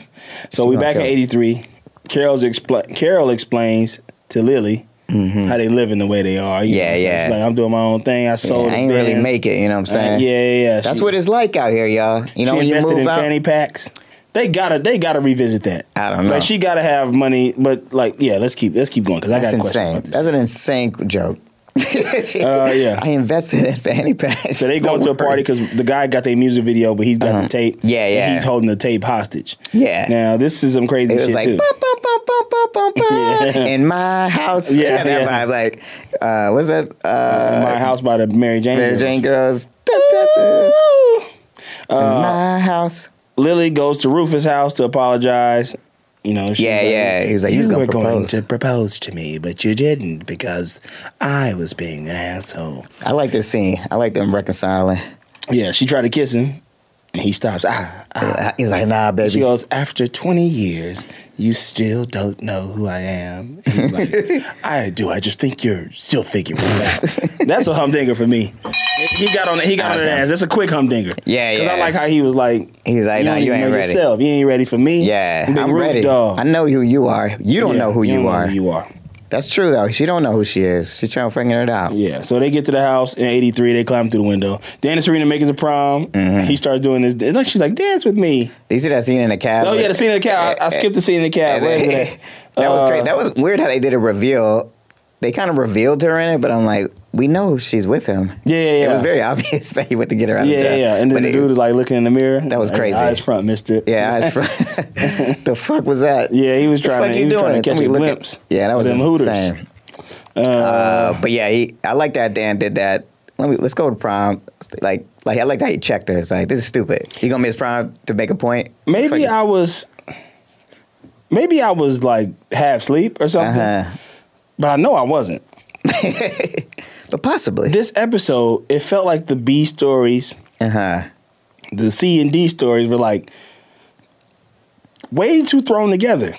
[SPEAKER 2] So we
[SPEAKER 3] gonna
[SPEAKER 2] back in
[SPEAKER 3] kill it.
[SPEAKER 2] '83. Carol's expl- Carol explains to Lily how they living the way they are. You
[SPEAKER 3] Mm-hmm. Yeah,
[SPEAKER 2] what I'm saying?
[SPEAKER 3] yeah.
[SPEAKER 2] She's Like I'm doing my own thing. I
[SPEAKER 3] Yeah,
[SPEAKER 2] sold.
[SPEAKER 3] I
[SPEAKER 2] the
[SPEAKER 3] ain't really
[SPEAKER 2] band.
[SPEAKER 3] make it, you know what I'm
[SPEAKER 2] I ain't-
[SPEAKER 3] saying?
[SPEAKER 2] Uh, yeah, yeah, yeah.
[SPEAKER 3] That's
[SPEAKER 2] She-
[SPEAKER 3] what it's like out here, y'all. You know,
[SPEAKER 2] she
[SPEAKER 3] when you
[SPEAKER 2] invested
[SPEAKER 3] move
[SPEAKER 2] in
[SPEAKER 3] out.
[SPEAKER 2] fanny packs. They gotta, they gotta revisit that.
[SPEAKER 3] I don't know.
[SPEAKER 2] Like she gotta have money, but like, yeah, let's keep, let's keep going because I
[SPEAKER 3] that's
[SPEAKER 2] got questions
[SPEAKER 3] insane.
[SPEAKER 2] about this. Uh,
[SPEAKER 3] That's an insane joke.
[SPEAKER 2] yeah.
[SPEAKER 3] I invested in fanny packs.
[SPEAKER 2] So they
[SPEAKER 3] Don't
[SPEAKER 2] going to a
[SPEAKER 3] worry. Uh-huh.
[SPEAKER 2] party because the guy got their music video, but he's got the tape.
[SPEAKER 3] Yeah,
[SPEAKER 2] and
[SPEAKER 3] yeah.
[SPEAKER 2] he's holding the tape hostage.
[SPEAKER 3] Yeah.
[SPEAKER 2] Now this is some crazy
[SPEAKER 3] It was
[SPEAKER 2] shit
[SPEAKER 3] like
[SPEAKER 2] too.
[SPEAKER 3] "Bum, bum, bum, bum, bum, bum, bum,"
[SPEAKER 2] Yeah.
[SPEAKER 3] in my house.
[SPEAKER 2] Yeah,
[SPEAKER 3] Yeah, that
[SPEAKER 2] yeah.
[SPEAKER 3] vibe. Like, uh, what's that? Uh,
[SPEAKER 2] My house by the Mary Jane.
[SPEAKER 3] Mary
[SPEAKER 2] Girls.
[SPEAKER 3] Jane girls. Da, da, da. in my house.
[SPEAKER 2] Uh, Lily goes to Rufus' house to apologize. You know, she's
[SPEAKER 3] Yeah,
[SPEAKER 2] like,
[SPEAKER 3] yeah. He was like,
[SPEAKER 2] you
[SPEAKER 3] "He's gonna
[SPEAKER 2] were going
[SPEAKER 3] propose."
[SPEAKER 2] to propose to me, but you didn't because I was being an asshole.
[SPEAKER 3] I like this scene. I like them reconciling.
[SPEAKER 2] Yeah, she tried to kiss him, and he stops. Ah, ah.
[SPEAKER 3] He's like, nah,
[SPEAKER 2] She
[SPEAKER 3] baby.
[SPEAKER 2] goes, After 20 years, you still don't know who I am. And he's like, I do. I just think you're still figuring it out. That's a humdinger for me. He got on he got on
[SPEAKER 3] Okay.
[SPEAKER 2] that ass. That's a quick humdinger.
[SPEAKER 3] Yeah,
[SPEAKER 2] Because I
[SPEAKER 3] yeah.
[SPEAKER 2] like how he was like,
[SPEAKER 3] He's like, nah,
[SPEAKER 2] don't
[SPEAKER 3] you
[SPEAKER 2] even
[SPEAKER 3] ain't
[SPEAKER 2] know
[SPEAKER 3] ready.
[SPEAKER 2] Yourself. You ain't ready for me.
[SPEAKER 3] Yeah,
[SPEAKER 2] Big
[SPEAKER 3] I'm
[SPEAKER 2] roof
[SPEAKER 3] ready.
[SPEAKER 2] dog.
[SPEAKER 3] I know who you are. You don't
[SPEAKER 2] Yeah,
[SPEAKER 3] know who you,
[SPEAKER 2] don't know
[SPEAKER 3] are.
[SPEAKER 2] who you are.
[SPEAKER 3] That's true though. She don't know who she is. She's trying to figure it out.
[SPEAKER 2] Yeah, so they get to the house in '83. They climb through the window. Dan and Serena make it to prom.
[SPEAKER 3] Mm-hmm.
[SPEAKER 2] He starts doing this. Like she's like, "Dance with me."
[SPEAKER 3] Do you see that scene in the cab?
[SPEAKER 2] Oh yeah, the scene in the cab. I, I skipped the scene in the
[SPEAKER 3] And
[SPEAKER 2] cab. Wait a
[SPEAKER 3] then-
[SPEAKER 2] minute.
[SPEAKER 3] that was
[SPEAKER 2] Uh,
[SPEAKER 3] great. That was weird how they did a reveal. They kind of revealed her in it, but I'm like, we know she's with him.
[SPEAKER 2] Yeah, yeah,
[SPEAKER 3] It
[SPEAKER 2] yeah.
[SPEAKER 3] was very obvious that he went to get her out
[SPEAKER 2] Yeah,
[SPEAKER 3] of
[SPEAKER 2] yeah,
[SPEAKER 3] jail.
[SPEAKER 2] yeah. And then
[SPEAKER 3] But
[SPEAKER 2] the
[SPEAKER 3] it-
[SPEAKER 2] dude is like looking in the mirror.
[SPEAKER 3] That was
[SPEAKER 2] Like,
[SPEAKER 3] crazy.
[SPEAKER 2] Eyes front, Mister.
[SPEAKER 3] Yeah, I was the fuck was that?
[SPEAKER 2] yeah. He was trying.
[SPEAKER 3] fuck
[SPEAKER 2] to,
[SPEAKER 3] you
[SPEAKER 2] he was trying
[SPEAKER 3] doing?
[SPEAKER 2] to
[SPEAKER 3] Let
[SPEAKER 2] catch
[SPEAKER 3] me
[SPEAKER 2] a
[SPEAKER 3] look at-
[SPEAKER 2] glimpse.
[SPEAKER 3] Yeah, that
[SPEAKER 2] of
[SPEAKER 3] was
[SPEAKER 2] them
[SPEAKER 3] insane.
[SPEAKER 2] Hooters.
[SPEAKER 3] Uh, but yeah, he, I like that Dan did that. Let me let's go to prom. Like like I like that he checked her. It's like this is stupid. You gonna miss prom to make a point? Fuck
[SPEAKER 2] Maybe
[SPEAKER 3] you.
[SPEAKER 2] I was. Maybe I was like half sleep or something,
[SPEAKER 3] Uh-huh.
[SPEAKER 2] but I know I wasn't.
[SPEAKER 3] But possibly.
[SPEAKER 2] This episode, it felt like the B stories
[SPEAKER 3] uh huh.
[SPEAKER 2] the C and D stories were like way too thrown together.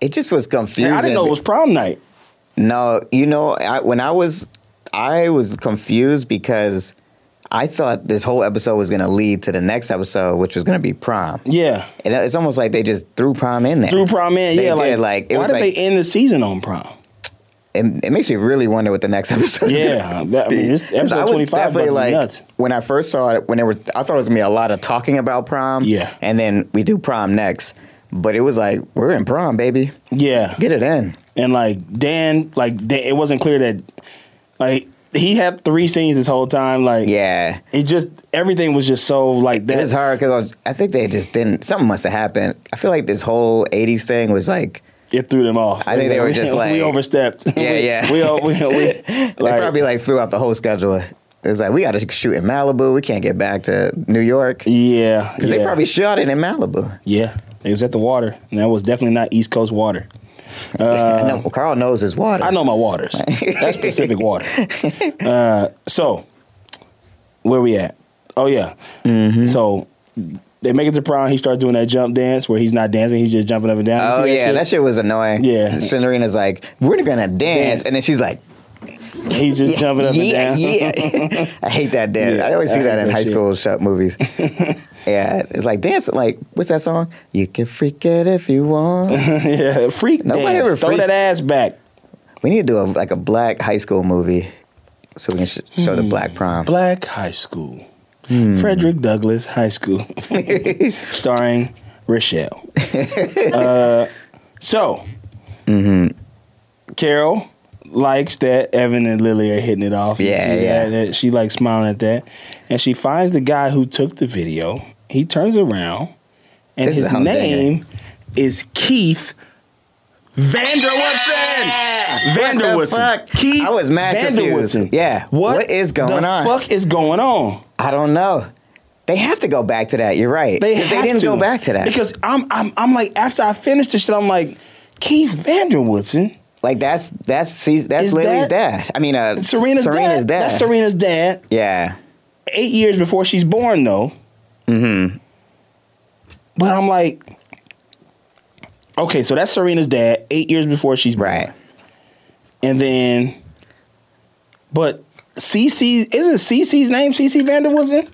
[SPEAKER 3] It just was confusing.
[SPEAKER 2] And I didn't know it was prom night.
[SPEAKER 3] No, you know, I, when I was, I was confused because I thought this whole episode was going to lead to the next episode, which was going to be prom.
[SPEAKER 2] Yeah.
[SPEAKER 3] And it's almost like they just threw prom in there.
[SPEAKER 2] Through prom in,
[SPEAKER 3] They
[SPEAKER 2] yeah,
[SPEAKER 3] did,
[SPEAKER 2] like,
[SPEAKER 3] like, it
[SPEAKER 2] why
[SPEAKER 3] was
[SPEAKER 2] did
[SPEAKER 3] like-
[SPEAKER 2] they end the season on prom?
[SPEAKER 3] It, it makes you really wonder what the next episode. is gonna
[SPEAKER 2] Yeah, that, I
[SPEAKER 3] be.
[SPEAKER 2] mean, this
[SPEAKER 3] 'Cause I
[SPEAKER 2] episode
[SPEAKER 3] was
[SPEAKER 2] twenty five
[SPEAKER 3] definitely like
[SPEAKER 2] nuts.
[SPEAKER 3] when I first saw it. When there were, I thought it was gonna be a lot of talking about prom.
[SPEAKER 2] Yeah.
[SPEAKER 3] and then we do prom next. But it was like we're in prom, baby.
[SPEAKER 2] Yeah,
[SPEAKER 3] Get it in.
[SPEAKER 2] and like Dan, like Dan, it wasn't clear that like he had three scenes this whole time. Like,
[SPEAKER 3] Yeah.
[SPEAKER 2] it just everything was just so like that.
[SPEAKER 3] It was hard because I think they just didn't. Something must have happened. I feel like this whole '80s thing was like
[SPEAKER 2] It threw them off.
[SPEAKER 3] I think they were just
[SPEAKER 2] we,
[SPEAKER 3] like-
[SPEAKER 2] we overstepped.
[SPEAKER 3] Yeah,
[SPEAKER 2] We-
[SPEAKER 3] yeah.
[SPEAKER 2] We all- we, we, like,
[SPEAKER 3] they probably like threw out the whole schedule. It's like we got to shoot in Malibu. We can't get back to New York because
[SPEAKER 2] yeah because
[SPEAKER 3] they probably shot it in Malibu.
[SPEAKER 2] yeah It was at the water, and that was definitely not East Coast water.
[SPEAKER 3] I know, Carl knows his water.
[SPEAKER 2] Uh, I know my waters. That's Pacific water. Uh, so, where we at? Oh yeah.
[SPEAKER 3] Mm-hmm.
[SPEAKER 2] So they make it to prom. He starts doing that jump dance where he's not dancing; he's just jumping up and down. You
[SPEAKER 3] Oh
[SPEAKER 2] see
[SPEAKER 3] yeah, that shit was annoying.
[SPEAKER 2] Yeah.
[SPEAKER 3] Serena's like, we're gonna dance,
[SPEAKER 2] Dance.
[SPEAKER 3] and then she's like,
[SPEAKER 2] He's just jumping up
[SPEAKER 3] yeah,
[SPEAKER 2] and down.
[SPEAKER 3] yeah. I hate that dance.
[SPEAKER 2] Yeah,
[SPEAKER 3] I always see
[SPEAKER 2] I
[SPEAKER 3] that
[SPEAKER 2] hate
[SPEAKER 3] in
[SPEAKER 2] that
[SPEAKER 3] high
[SPEAKER 2] shit.
[SPEAKER 3] school shop movies. yeah, it's like dance. Like, what's that song? You can freak it if you want.
[SPEAKER 2] yeah, freak
[SPEAKER 3] Nobody
[SPEAKER 2] dance.
[SPEAKER 3] ever
[SPEAKER 2] Throw
[SPEAKER 3] freaks-
[SPEAKER 2] that ass back.
[SPEAKER 3] we need to do a, like a black high school movie, so we can sh- show the
[SPEAKER 2] Hmm.
[SPEAKER 3] black prom.
[SPEAKER 2] Black High School.
[SPEAKER 3] Hmm.
[SPEAKER 2] Frederick Douglass High School. Starring Rochelle. uh, so,
[SPEAKER 3] Mm-hmm.
[SPEAKER 2] Carol likes that Evan and Lily are hitting it off. You
[SPEAKER 3] Yeah,
[SPEAKER 2] see
[SPEAKER 3] yeah.
[SPEAKER 2] That, that she likes smiling at that. And she finds the guy who took the video. He turns around, and
[SPEAKER 3] This is
[SPEAKER 2] his
[SPEAKER 3] how I'm
[SPEAKER 2] name is Keith Vanderwoodson.
[SPEAKER 3] What the
[SPEAKER 2] Vanderwoodson.
[SPEAKER 3] fuck? I was mad confused.
[SPEAKER 2] Vanderwoodson.
[SPEAKER 3] Yeah. What is going
[SPEAKER 2] the
[SPEAKER 3] on?
[SPEAKER 2] fuck is going on?
[SPEAKER 3] I don't know. They have to go back to that. You're right.
[SPEAKER 2] They,
[SPEAKER 3] If
[SPEAKER 2] have
[SPEAKER 3] didn't
[SPEAKER 2] to.
[SPEAKER 3] go back to that.
[SPEAKER 2] because I'm I'm I'm like after I finished this shit, I'm like Keith Vanderwoodson,
[SPEAKER 3] like that's that's seas- that's
[SPEAKER 2] Is
[SPEAKER 3] Lily's
[SPEAKER 2] that-
[SPEAKER 3] dad. I mean, uh,
[SPEAKER 2] Serena's,
[SPEAKER 3] Serena's dad.
[SPEAKER 2] dad. That's Serena's dad.
[SPEAKER 3] Yeah.
[SPEAKER 2] Eight years before she's born, though. Hmm.
[SPEAKER 3] Mm-hmm.
[SPEAKER 2] But I'm like, okay, so that's Serena's dad. Eight years before she's born.
[SPEAKER 3] Right.
[SPEAKER 2] and then, but CC isn't CC's name CC Vanderwoodson.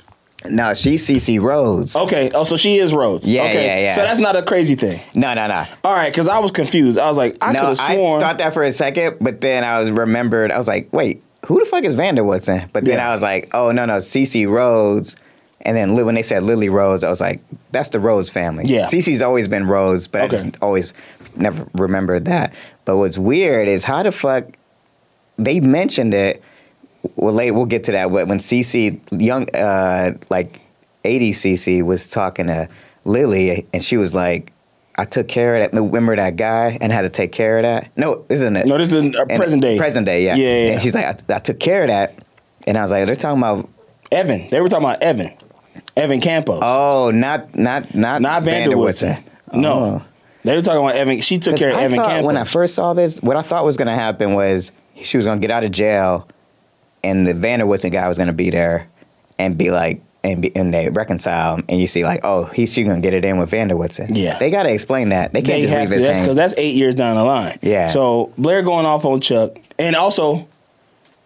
[SPEAKER 3] No, she's CC Rhodes.
[SPEAKER 2] Okay, oh, so she is Rhodes.
[SPEAKER 3] Yeah,
[SPEAKER 2] okay.
[SPEAKER 3] yeah, yeah.
[SPEAKER 2] So that's not a crazy thing.
[SPEAKER 3] No, no, no.
[SPEAKER 2] All right, because I was confused. I was like, I
[SPEAKER 3] no,
[SPEAKER 2] could have
[SPEAKER 3] I
[SPEAKER 2] sworn.
[SPEAKER 3] thought that for a second, but then I was remembered. I was like, wait, who the fuck is Vander Woodson? But then
[SPEAKER 2] Yeah.
[SPEAKER 3] I was like, oh no, no, CC Rhodes. And then li- when they said Lily Rhodes, I was like, that's the Rhodes family.
[SPEAKER 2] Yeah.
[SPEAKER 3] CC's always been Rhodes, but
[SPEAKER 2] Okay.
[SPEAKER 3] I just always never remembered that. But what's weird is how the fuck they mentioned it. Well, late we'll get to that. But when CC young, uh, like eighty CC was talking to Lily, and she was like, "I took care of that. Remember that guy, and had to take care of that." No, isn't it?
[SPEAKER 2] No, this is a
[SPEAKER 3] And-
[SPEAKER 2] present day.
[SPEAKER 3] Present day, yeah.
[SPEAKER 2] Yeah, yeah, yeah.
[SPEAKER 3] And she's like, I, "I took care of that," and I was like, "They're talking about
[SPEAKER 2] Evan. They were talking about Evan. Evan Campos.
[SPEAKER 3] oh, not not not
[SPEAKER 2] not
[SPEAKER 3] Vander
[SPEAKER 2] Vanderwoodson. No.
[SPEAKER 3] Oh.
[SPEAKER 2] They were talking about Evan. She took care of
[SPEAKER 3] I
[SPEAKER 2] Evan
[SPEAKER 3] thought
[SPEAKER 2] Campos.
[SPEAKER 3] when I first saw this, what I thought was going to happen was she was going to get out of jail, and the Vanderwoodson guy was going to be there, and be like, and be, and they reconcile, and you see like, oh, he she going to get it in with Vanderwoodson.
[SPEAKER 2] Yeah.
[SPEAKER 3] they got to explain that. They can't
[SPEAKER 2] they
[SPEAKER 3] just leave
[SPEAKER 2] have to.
[SPEAKER 3] his
[SPEAKER 2] That's
[SPEAKER 3] name.
[SPEAKER 2] because that's eight years down the line.
[SPEAKER 3] Yeah.
[SPEAKER 2] So Blair going off on Chuck, and also,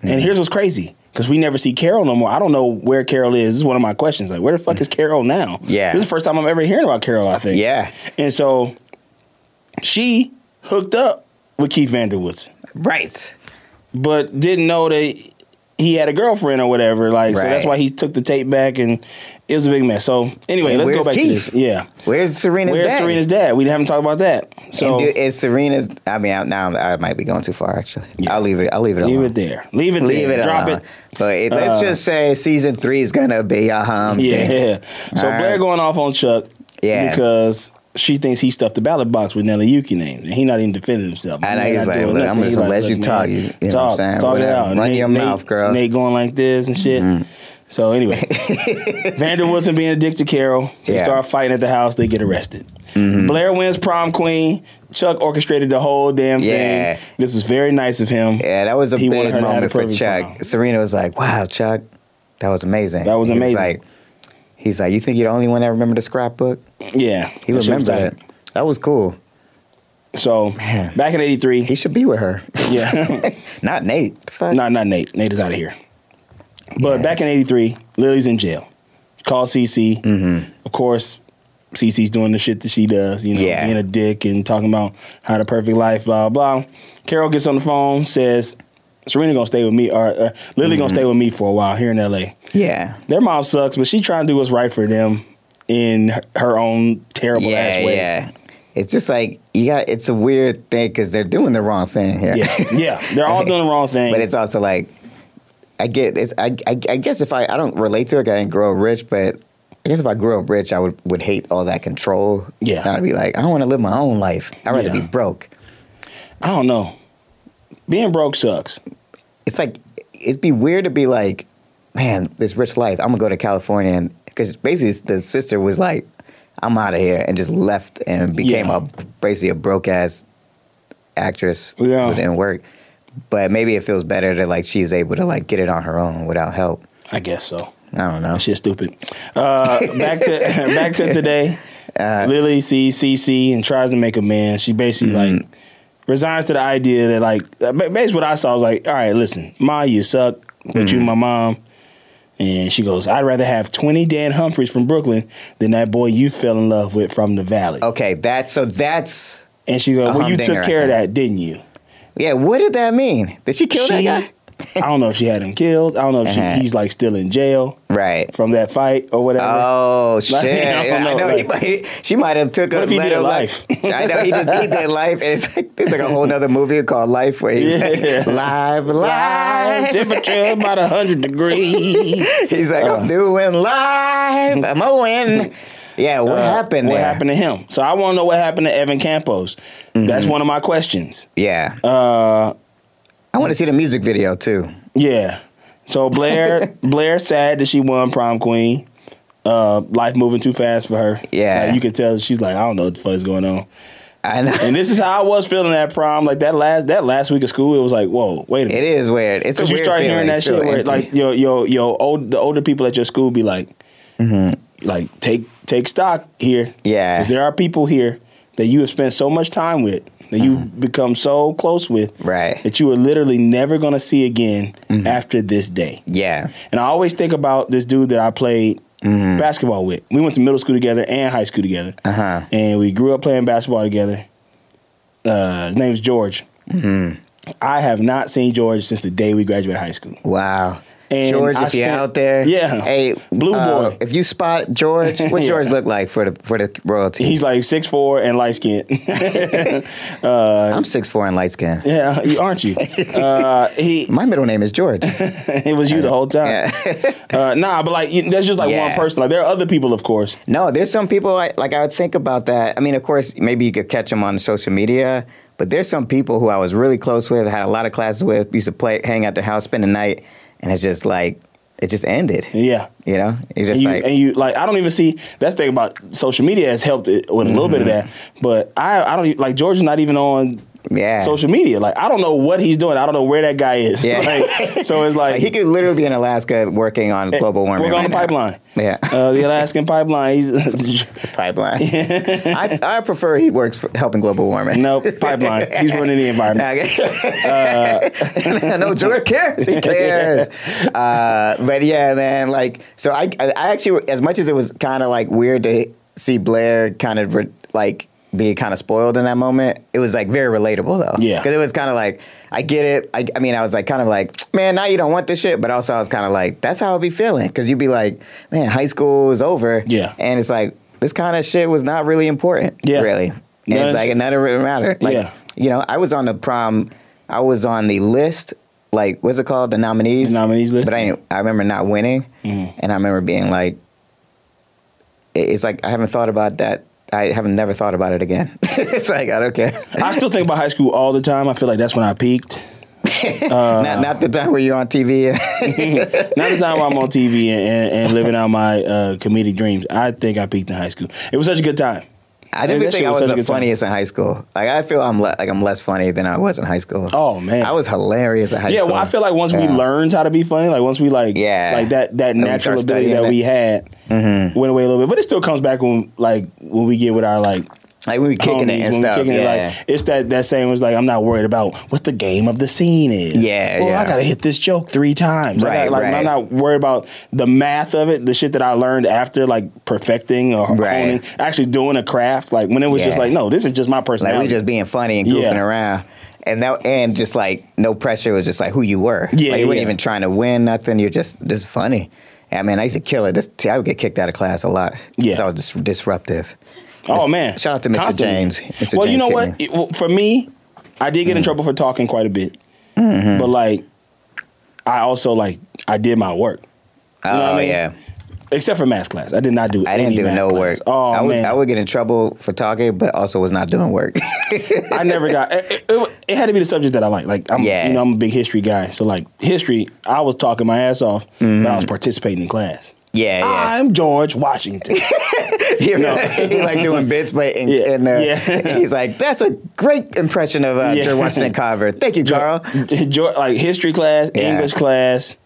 [SPEAKER 3] Mm.
[SPEAKER 2] and here's what's crazy because we never see Carol no more. I don't know where Carol is. This is one of my questions. Like, where the fuck is Carol now?
[SPEAKER 3] Mm. Yeah.
[SPEAKER 2] This is the first time I'm ever hearing about Carol. I think.
[SPEAKER 3] yeah,
[SPEAKER 2] And so, she hooked up with Keith Vanderwoodson.
[SPEAKER 3] right.
[SPEAKER 2] but didn't know that he had a girlfriend or whatever. Like, so that's
[SPEAKER 3] Right.
[SPEAKER 2] why he took the tape back, and it was a big mess. So anyway,
[SPEAKER 3] And
[SPEAKER 2] let's go
[SPEAKER 3] where's
[SPEAKER 2] back
[SPEAKER 3] Keith?
[SPEAKER 2] to this. Yeah,
[SPEAKER 3] Where's Serena's
[SPEAKER 2] where's
[SPEAKER 3] dad?
[SPEAKER 2] Serena's dad? We haven't talked about that. So
[SPEAKER 3] and do, is Serena's? I mean, I, now I'm- I might be going too far. Actually, I'll leave it. I'll leave it.
[SPEAKER 2] leave
[SPEAKER 3] alone.
[SPEAKER 2] it there. Leave it.
[SPEAKER 3] Leave
[SPEAKER 2] there.
[SPEAKER 3] it.
[SPEAKER 2] Drop
[SPEAKER 3] alone.
[SPEAKER 2] it. Uh,
[SPEAKER 3] But it, let's just say season three is gonna be um, a hum.
[SPEAKER 2] Yeah. So
[SPEAKER 3] All
[SPEAKER 2] Blair
[SPEAKER 3] right.
[SPEAKER 2] going off on Chuck.
[SPEAKER 3] Yeah.
[SPEAKER 2] Because. She thinks he stuffed the ballot box with Nelly Yuki name, and he not even defending himself.
[SPEAKER 3] I know,
[SPEAKER 2] They
[SPEAKER 3] he's
[SPEAKER 2] not
[SPEAKER 3] like,
[SPEAKER 2] doing
[SPEAKER 3] "Look, I'm
[SPEAKER 2] nothing."
[SPEAKER 3] just
[SPEAKER 2] He's
[SPEAKER 3] gonna let you
[SPEAKER 2] "Look,
[SPEAKER 3] talk, you- you know what I'm
[SPEAKER 2] talk,
[SPEAKER 3] saying?
[SPEAKER 2] talk it
[SPEAKER 3] Whatever.
[SPEAKER 2] out.
[SPEAKER 3] Run
[SPEAKER 2] Nate-
[SPEAKER 3] your mouth,
[SPEAKER 2] Nate-
[SPEAKER 3] girl." Mm-hmm.
[SPEAKER 2] Nate going like this and shit. So anyway, Vander Woodson being a dick to Carol. They
[SPEAKER 3] Yeah. Mm-hmm.
[SPEAKER 2] start fighting at the house. They get arrested. Blair wins prom queen. Chuck orchestrated the whole damn thing.
[SPEAKER 3] Yeah.
[SPEAKER 2] This is very nice of him.
[SPEAKER 3] Yeah, that was a
[SPEAKER 2] He wanted
[SPEAKER 3] big
[SPEAKER 2] her to have
[SPEAKER 3] moment
[SPEAKER 2] the
[SPEAKER 3] for
[SPEAKER 2] perfect
[SPEAKER 3] Chuck.
[SPEAKER 2] prom.
[SPEAKER 3] Serena was like, "Wow, Chuck, that was amazing.
[SPEAKER 2] That was
[SPEAKER 3] He
[SPEAKER 2] amazing.
[SPEAKER 3] like, he's like, you think you're the only one that remembered the scrapbook?
[SPEAKER 2] Yeah,
[SPEAKER 3] He
[SPEAKER 2] That shit was
[SPEAKER 3] remembered
[SPEAKER 2] tight.
[SPEAKER 3] it. That was cool.
[SPEAKER 2] So
[SPEAKER 3] Man.
[SPEAKER 2] back in
[SPEAKER 3] He
[SPEAKER 2] '83,
[SPEAKER 3] should be with her.
[SPEAKER 2] yeah,
[SPEAKER 3] Not Nate. The fuck?
[SPEAKER 2] No, not Nate. Nate is out of here. But back in '83, Lily's in jail. Call CC.
[SPEAKER 3] Mm-hmm.
[SPEAKER 2] Of course, CC's doing the shit that she does. You know,
[SPEAKER 3] Yeah.
[SPEAKER 2] being a dick and talking about how the perfect life, blah blah. Carol gets on the phone, says, "Serena gonna stay with me, or uh, Lily gonna
[SPEAKER 3] Mm-hmm.
[SPEAKER 2] stay with me for a while here in L.A.
[SPEAKER 3] Yeah.
[SPEAKER 2] Their mom sucks, but she trying to do what's right for them in her- her own terrible
[SPEAKER 3] Yeah,
[SPEAKER 2] ass way."
[SPEAKER 3] yeah. It's just like you got. It's a weird thing because they're doing the wrong thing here.
[SPEAKER 2] yeah, yeah. They're all doing the wrong thing.
[SPEAKER 3] but it's also like I get it's I, I, I guess if I I don't relate to it 'cause I didn't grow up rich but I guess if I grew up rich I would would hate all that control
[SPEAKER 2] Yeah.
[SPEAKER 3] And I'd be like I don't want to live my own life I'd rather
[SPEAKER 2] Yeah.
[SPEAKER 3] be broke
[SPEAKER 2] I don't know. Being broke sucks.
[SPEAKER 3] it's like it'd be weird to be like man this rich life I'm gonna go to California and because basically the sister was like I'm out of here, and just left and became
[SPEAKER 2] Yeah.
[SPEAKER 3] a basically a broke ass actress
[SPEAKER 2] Oh, Yeah.
[SPEAKER 3] who didn't work. But maybe it feels better that like she's able to like get it on her own without help.
[SPEAKER 2] I guess so.
[SPEAKER 3] I don't know.
[SPEAKER 2] That shit's stupid. Uh, back to back to today.
[SPEAKER 3] Uh,
[SPEAKER 2] Lily sees CC and tries to make amends. She basically
[SPEAKER 3] Mm-hmm.
[SPEAKER 2] like resigns to the idea that like uh, ba- basically what I saw was like, all right, listen, Ma, you suck, but you
[SPEAKER 3] Mm-hmm.
[SPEAKER 2] my mom. And she goes, I'd rather have twenty Dan Humphreys from Brooklyn than that boy you fell in love with from the Valley.
[SPEAKER 3] Okay, that's so that's
[SPEAKER 2] And she goes,
[SPEAKER 3] Oh. A
[SPEAKER 2] Well, you
[SPEAKER 3] humdinger,
[SPEAKER 2] took care of
[SPEAKER 3] I
[SPEAKER 2] that, didn't you?
[SPEAKER 3] yeah. What did that mean? Did she kill
[SPEAKER 2] She-
[SPEAKER 3] that guy?
[SPEAKER 2] I don't know if she had him killed. I don't know if
[SPEAKER 3] Uh-huh.
[SPEAKER 2] she, he's like still in jail
[SPEAKER 3] Right.
[SPEAKER 2] from that fight or whatever.
[SPEAKER 3] Oh shit!
[SPEAKER 2] Like, I
[SPEAKER 3] I
[SPEAKER 2] don't
[SPEAKER 3] know,
[SPEAKER 2] know,
[SPEAKER 3] he
[SPEAKER 2] like-
[SPEAKER 3] might. She might have took a
[SPEAKER 2] What if he
[SPEAKER 3] let
[SPEAKER 2] did
[SPEAKER 3] him-
[SPEAKER 2] life?
[SPEAKER 3] I know he, just, he did life, and it's like it's like a whole nother movie called Life where he's
[SPEAKER 2] Yeah.
[SPEAKER 3] like live, live.
[SPEAKER 2] Temperature about hundred degrees.
[SPEAKER 3] He's like
[SPEAKER 2] Oh.
[SPEAKER 3] I'm doing live. I'm a win. Yeah, what
[SPEAKER 2] Uh,
[SPEAKER 3] happened?
[SPEAKER 2] What
[SPEAKER 3] there?
[SPEAKER 2] happened to him? So I want to know what happened to Evan Campos.
[SPEAKER 3] Mm-hmm.
[SPEAKER 2] That's one of my questions.
[SPEAKER 3] Yeah,
[SPEAKER 2] Uh,
[SPEAKER 3] I want to see the music video too.
[SPEAKER 2] yeah. So Blair, Blair, sad that she won prom queen. Uh, life moving too fast for her.
[SPEAKER 3] Yeah.
[SPEAKER 2] Like, you could tell she's like, I don't know what the fuck is going on.
[SPEAKER 3] I know.
[SPEAKER 2] And this is how I was feeling at prom. Like that last that last week of school, it was like, whoa, wait a
[SPEAKER 3] It
[SPEAKER 2] minute.
[SPEAKER 3] is weird. It's a
[SPEAKER 2] Because
[SPEAKER 3] weird
[SPEAKER 2] you start hearing
[SPEAKER 3] feeling.
[SPEAKER 2] that
[SPEAKER 3] It's
[SPEAKER 2] shit
[SPEAKER 3] really
[SPEAKER 2] where
[SPEAKER 3] empty.
[SPEAKER 2] like your your your old the older people at your school be like, like take take stock here.
[SPEAKER 3] Mm-hmm. Yeah.
[SPEAKER 2] 'Cause there are people here that you have spent so much time with that you've become so close with,
[SPEAKER 3] Mm-hmm. Right. Mm-hmm.
[SPEAKER 2] That you are literally never gonna see again after this day.
[SPEAKER 3] yeah,
[SPEAKER 2] And I always think about this dude that I played
[SPEAKER 3] Mm-hmm.
[SPEAKER 2] basketball with. We went to middle school together and high school together.
[SPEAKER 3] Uh-huh.
[SPEAKER 2] And we grew up playing basketball together. Uh, his name's George.
[SPEAKER 3] Mm-hmm.
[SPEAKER 2] I have not seen George since the day we graduated high school.
[SPEAKER 3] Wow.
[SPEAKER 2] And
[SPEAKER 3] George,
[SPEAKER 2] I
[SPEAKER 3] if you're
[SPEAKER 2] spent-
[SPEAKER 3] out there,
[SPEAKER 2] Yeah.
[SPEAKER 3] Hey,
[SPEAKER 2] Blue
[SPEAKER 3] uh,
[SPEAKER 2] boy.
[SPEAKER 3] If you spot George, what
[SPEAKER 2] Yeah.
[SPEAKER 3] George look like for the for the royalty?
[SPEAKER 2] He's like six four and light skinned.
[SPEAKER 3] I'm six four and light skin.
[SPEAKER 2] yeah, you- aren't you? Uh, he
[SPEAKER 3] My middle name is George.
[SPEAKER 2] it was you the whole time. Uh, nah, but like you- that's just like one
[SPEAKER 3] Yeah.
[SPEAKER 2] person. Like there are other people, of course.
[SPEAKER 3] no, there's some people I, like I would think about that. I mean, of course, maybe you could catch them on social media, but there's some people who I was really close with, had a lot of classes with, used to play, hang out their house, spend the night, and it's just like it just ended.
[SPEAKER 2] Yeah.
[SPEAKER 3] You know, you
[SPEAKER 2] and
[SPEAKER 3] just
[SPEAKER 2] you,
[SPEAKER 3] like
[SPEAKER 2] and you like I don't even see that's the thing about social media has helped it with a little bit of
[SPEAKER 3] Mm-hmm.
[SPEAKER 2] that. But I I don't e- like George is not even on
[SPEAKER 3] yeah.
[SPEAKER 2] social media. Like I don't know what he's doing. I don't know where that guy is.
[SPEAKER 3] Yeah.
[SPEAKER 2] Like, so it's like
[SPEAKER 3] Like, he could literally be in Alaska working on global warming.
[SPEAKER 2] We're
[SPEAKER 3] right
[SPEAKER 2] on the
[SPEAKER 3] now.
[SPEAKER 2] pipeline.
[SPEAKER 3] Yeah.
[SPEAKER 2] Uh, the Alaskan pipeline. He's
[SPEAKER 3] pipeline. I, I prefer he works for helping global warming.
[SPEAKER 2] no pipeline. He's running the environment. Uh,
[SPEAKER 3] I know George cares. He cares. Uh, but yeah, man, like, so I, I actually, as much as it was kind of like weird to see Blair kind of re- like be kind of spoiled in that moment, it was like very relatable though.
[SPEAKER 2] Yeah.
[SPEAKER 3] Because it was kind of like, I get it. I, I mean, I was like, kind of like, man, now you don't want this shit. But also, I was kind of like, that's how I'll be feeling. Because you'd be like, man, high school is over.
[SPEAKER 2] Yeah.
[SPEAKER 3] And it's like, this kind of shit was not really important.
[SPEAKER 2] Yeah.
[SPEAKER 3] Really. And
[SPEAKER 2] None
[SPEAKER 3] it's
[SPEAKER 2] of-
[SPEAKER 3] like, it never really mattered. Like,
[SPEAKER 2] Yeah.
[SPEAKER 3] you know, I was on the prom. I was on the list. Like, what's it called? The nominees.
[SPEAKER 2] The nominees list? Mm-hmm.
[SPEAKER 3] But I, ain't- I remember not winning, and I remember being like, it- it's like I haven't thought about that. I haven't never thought about it again. it's like I don't care.
[SPEAKER 2] I still think about high school all the time. I feel like that's when I peaked. Uh,
[SPEAKER 3] not, not the time where you're on TV.
[SPEAKER 2] Not the time I'm on TV and, and, and living out my uh, comedic dreams. I think I peaked in high school. It was such a good time.
[SPEAKER 3] I
[SPEAKER 2] That
[SPEAKER 3] didn't
[SPEAKER 2] shit
[SPEAKER 3] think I
[SPEAKER 2] was
[SPEAKER 3] was
[SPEAKER 2] such a
[SPEAKER 3] the
[SPEAKER 2] good time.
[SPEAKER 3] funniest in high school. Like I feel I'm le- like I'm less funny than I was in high school.
[SPEAKER 2] Oh, man.
[SPEAKER 3] I was hilarious in high
[SPEAKER 2] yeah,
[SPEAKER 3] school.
[SPEAKER 2] well, I feel like once we
[SPEAKER 3] Yeah.
[SPEAKER 2] learned how to be funny, like once we like,
[SPEAKER 3] Yeah.
[SPEAKER 2] like that that
[SPEAKER 3] And we
[SPEAKER 2] natural
[SPEAKER 3] start
[SPEAKER 2] ability
[SPEAKER 3] studying
[SPEAKER 2] that
[SPEAKER 3] it. Mm-hmm.
[SPEAKER 2] we had went away a little bit, but it still comes back when like when we get with our like
[SPEAKER 3] like we were kicking
[SPEAKER 2] homies,
[SPEAKER 3] it and
[SPEAKER 2] when we
[SPEAKER 3] stuff.
[SPEAKER 2] kicking it,
[SPEAKER 3] yeah.
[SPEAKER 2] like, it's that that same was like I'm not worried about what the game of the scene is.
[SPEAKER 3] Yeah,
[SPEAKER 2] well, I
[SPEAKER 3] yeah.
[SPEAKER 2] gotta hit this joke three times. I
[SPEAKER 3] Right,
[SPEAKER 2] gotta- like
[SPEAKER 3] right.
[SPEAKER 2] I'm not worried about the math of it, the shit that I learned after like perfecting or
[SPEAKER 3] Right.
[SPEAKER 2] honing, actually doing a craft. Like when it was just
[SPEAKER 3] Yeah.
[SPEAKER 2] like, no, this is just my
[SPEAKER 3] Like
[SPEAKER 2] personality.
[SPEAKER 3] we just being funny and goofing
[SPEAKER 2] Yeah.
[SPEAKER 3] around. And that and just like no pressure it was just like who you were.
[SPEAKER 2] Yeah,
[SPEAKER 3] like you weren't
[SPEAKER 2] yeah.
[SPEAKER 3] even trying to win nothing. You're just just funny. I mean, I used to kill it. This, I would get kicked out of class a lot. 'cause
[SPEAKER 2] Yeah.
[SPEAKER 3] I was dis- disruptive.
[SPEAKER 2] Oh
[SPEAKER 3] Mis-
[SPEAKER 2] man!
[SPEAKER 3] Shout out to Mr.
[SPEAKER 2] Constantly.
[SPEAKER 3] James. Mr.
[SPEAKER 2] Well,
[SPEAKER 3] James
[SPEAKER 2] you know what?
[SPEAKER 3] Kidney.
[SPEAKER 2] It- well, for me, I did get in trouble for talking quite a bit,
[SPEAKER 3] Mm-hmm.
[SPEAKER 2] but like, I also like I did my work,
[SPEAKER 3] Oh
[SPEAKER 2] know what I mean?
[SPEAKER 3] yeah.
[SPEAKER 2] except for math class. I did not do.
[SPEAKER 3] I didn't
[SPEAKER 2] any
[SPEAKER 3] do
[SPEAKER 2] math
[SPEAKER 3] no
[SPEAKER 2] class.
[SPEAKER 3] work.
[SPEAKER 2] Oh
[SPEAKER 3] I would,
[SPEAKER 2] man,
[SPEAKER 3] I would get in trouble for talking, but also was not doing work.
[SPEAKER 2] I never got. It, it- it- it had to be the subject that I like. Like, I'm,
[SPEAKER 3] Yeah.
[SPEAKER 2] you know, I'm a big history guy. So like, history, I was talking my ass off, but I was participating in class.
[SPEAKER 3] Mm-hmm. Yeah, yeah.
[SPEAKER 2] I'm George Washington.
[SPEAKER 3] he, he like doing bits, but in,
[SPEAKER 2] Yeah,
[SPEAKER 3] in the,
[SPEAKER 2] yeah.
[SPEAKER 3] and he's like, that's a great impression of uh,
[SPEAKER 2] Yeah.
[SPEAKER 3] George Washington Carver. Thank you, Carl.
[SPEAKER 2] George, like history class,
[SPEAKER 3] Yeah.
[SPEAKER 2] English class,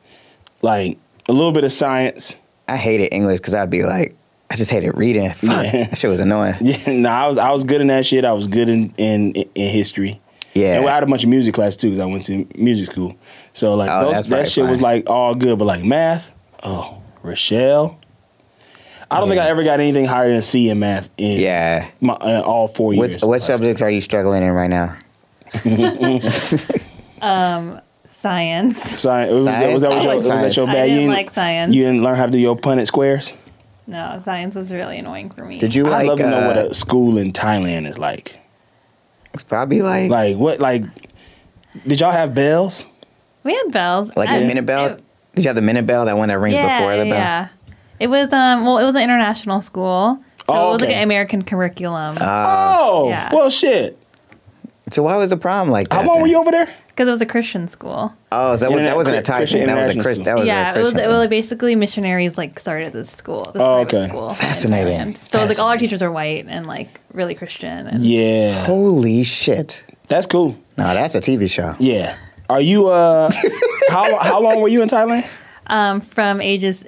[SPEAKER 2] like a little bit of science.
[SPEAKER 3] I hated English because I'd be like, I just hated reading. Fuck,
[SPEAKER 2] Yeah.
[SPEAKER 3] that shit was annoying. Yeah,
[SPEAKER 2] Yeah, no, I was I was good in that shit. I was good in in, in history. And we had a bunch of music class too because I went to music school. So like
[SPEAKER 3] Oh,
[SPEAKER 2] those,
[SPEAKER 3] that's
[SPEAKER 2] that
[SPEAKER 3] probably
[SPEAKER 2] shit was
[SPEAKER 3] fine.
[SPEAKER 2] like all good, but like math, oh Rochelle. I don't think I ever got anything higher than a C in math in
[SPEAKER 3] yeah.
[SPEAKER 2] my, in all four
[SPEAKER 3] What
[SPEAKER 2] years.
[SPEAKER 3] what subjects are you struggling in right now?
[SPEAKER 4] Science.
[SPEAKER 2] Science. Was, that- was that,
[SPEAKER 3] Science? I
[SPEAKER 2] was your,
[SPEAKER 3] like
[SPEAKER 2] was that
[SPEAKER 3] science.
[SPEAKER 2] your
[SPEAKER 4] I
[SPEAKER 2] bad?
[SPEAKER 4] didn't
[SPEAKER 2] you
[SPEAKER 4] like science.
[SPEAKER 2] You didn't learn how to do your Punnett squares.
[SPEAKER 4] No, science was really annoying for me.
[SPEAKER 3] Did you like?
[SPEAKER 2] I'd love to know
[SPEAKER 3] uh,
[SPEAKER 2] what a school in Thailand is like.
[SPEAKER 3] it's probably like like,
[SPEAKER 2] Like what? Like did y'all have bells?
[SPEAKER 4] We had bells. I-
[SPEAKER 3] the minute bell.
[SPEAKER 4] it-
[SPEAKER 3] Did you have the minute bell? That one that rings
[SPEAKER 4] yeah,
[SPEAKER 3] before the
[SPEAKER 4] yeah,
[SPEAKER 3] bell.
[SPEAKER 4] yeah. It was um. Well, it was an international school, so
[SPEAKER 2] Oh,
[SPEAKER 4] it was like
[SPEAKER 2] okay.
[SPEAKER 4] an American curriculum.
[SPEAKER 3] Ah. Uh,
[SPEAKER 2] oh,
[SPEAKER 4] yeah.
[SPEAKER 2] well, shit.
[SPEAKER 3] So why was the prom like that?
[SPEAKER 2] How long
[SPEAKER 3] then?
[SPEAKER 2] were you over there?
[SPEAKER 4] Because it was a Christian school.
[SPEAKER 3] Oh, so that, was,
[SPEAKER 2] Internet-
[SPEAKER 3] that wasn't a Thai
[SPEAKER 2] Christian
[SPEAKER 3] thing. That was a
[SPEAKER 2] international
[SPEAKER 3] Christian.
[SPEAKER 2] school.
[SPEAKER 3] That Oh, was
[SPEAKER 4] yeah,
[SPEAKER 3] a
[SPEAKER 4] it was.
[SPEAKER 3] Christian
[SPEAKER 4] It
[SPEAKER 3] thing.
[SPEAKER 4] was basically missionaries like started this school, this
[SPEAKER 2] Oh,
[SPEAKER 4] private
[SPEAKER 2] okay.
[SPEAKER 4] school. in
[SPEAKER 3] Fascinating.
[SPEAKER 4] Thailand. So it was like all our teachers were white and like really Christian. And
[SPEAKER 2] Yeah,
[SPEAKER 3] Holy shit!
[SPEAKER 2] that's cool.
[SPEAKER 3] No, that's a TV show.
[SPEAKER 2] Yeah. Are you uh? how how long were you in Thailand?
[SPEAKER 4] um, from ages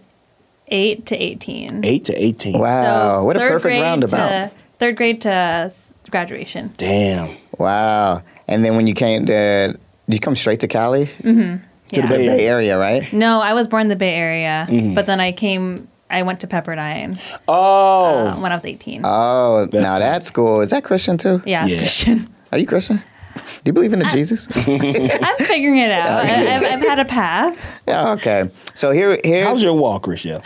[SPEAKER 4] eight to eighteen.
[SPEAKER 2] Eight to eighteen.
[SPEAKER 3] Wow,
[SPEAKER 4] So
[SPEAKER 3] what a
[SPEAKER 4] third
[SPEAKER 3] perfect
[SPEAKER 4] grade
[SPEAKER 3] roundabout.
[SPEAKER 4] To, third grade to uh, graduation.
[SPEAKER 2] Damn.
[SPEAKER 3] Wow. And then when you came to, did you come straight to Cali?
[SPEAKER 4] Yeah.
[SPEAKER 3] The
[SPEAKER 2] Bay
[SPEAKER 3] Bay Area, right?
[SPEAKER 4] No, I was born in the Bay Area,
[SPEAKER 2] Mm-hmm.
[SPEAKER 4] but then I came. I went to Pepperdine
[SPEAKER 2] Oh,
[SPEAKER 4] uh, when I was eighteen.
[SPEAKER 3] Oh,
[SPEAKER 2] That's
[SPEAKER 3] now
[SPEAKER 2] tight.
[SPEAKER 3] that school, is that Christian too?
[SPEAKER 4] yeah, it's
[SPEAKER 2] yeah.
[SPEAKER 4] Christian.
[SPEAKER 3] Are you Christian? Do you believe in the Jesus?
[SPEAKER 4] I'm figuring it out. I, I've, I've had a path.
[SPEAKER 3] yeah, okay. So here,
[SPEAKER 2] how's
[SPEAKER 3] here's.
[SPEAKER 2] your walk, Rochelle?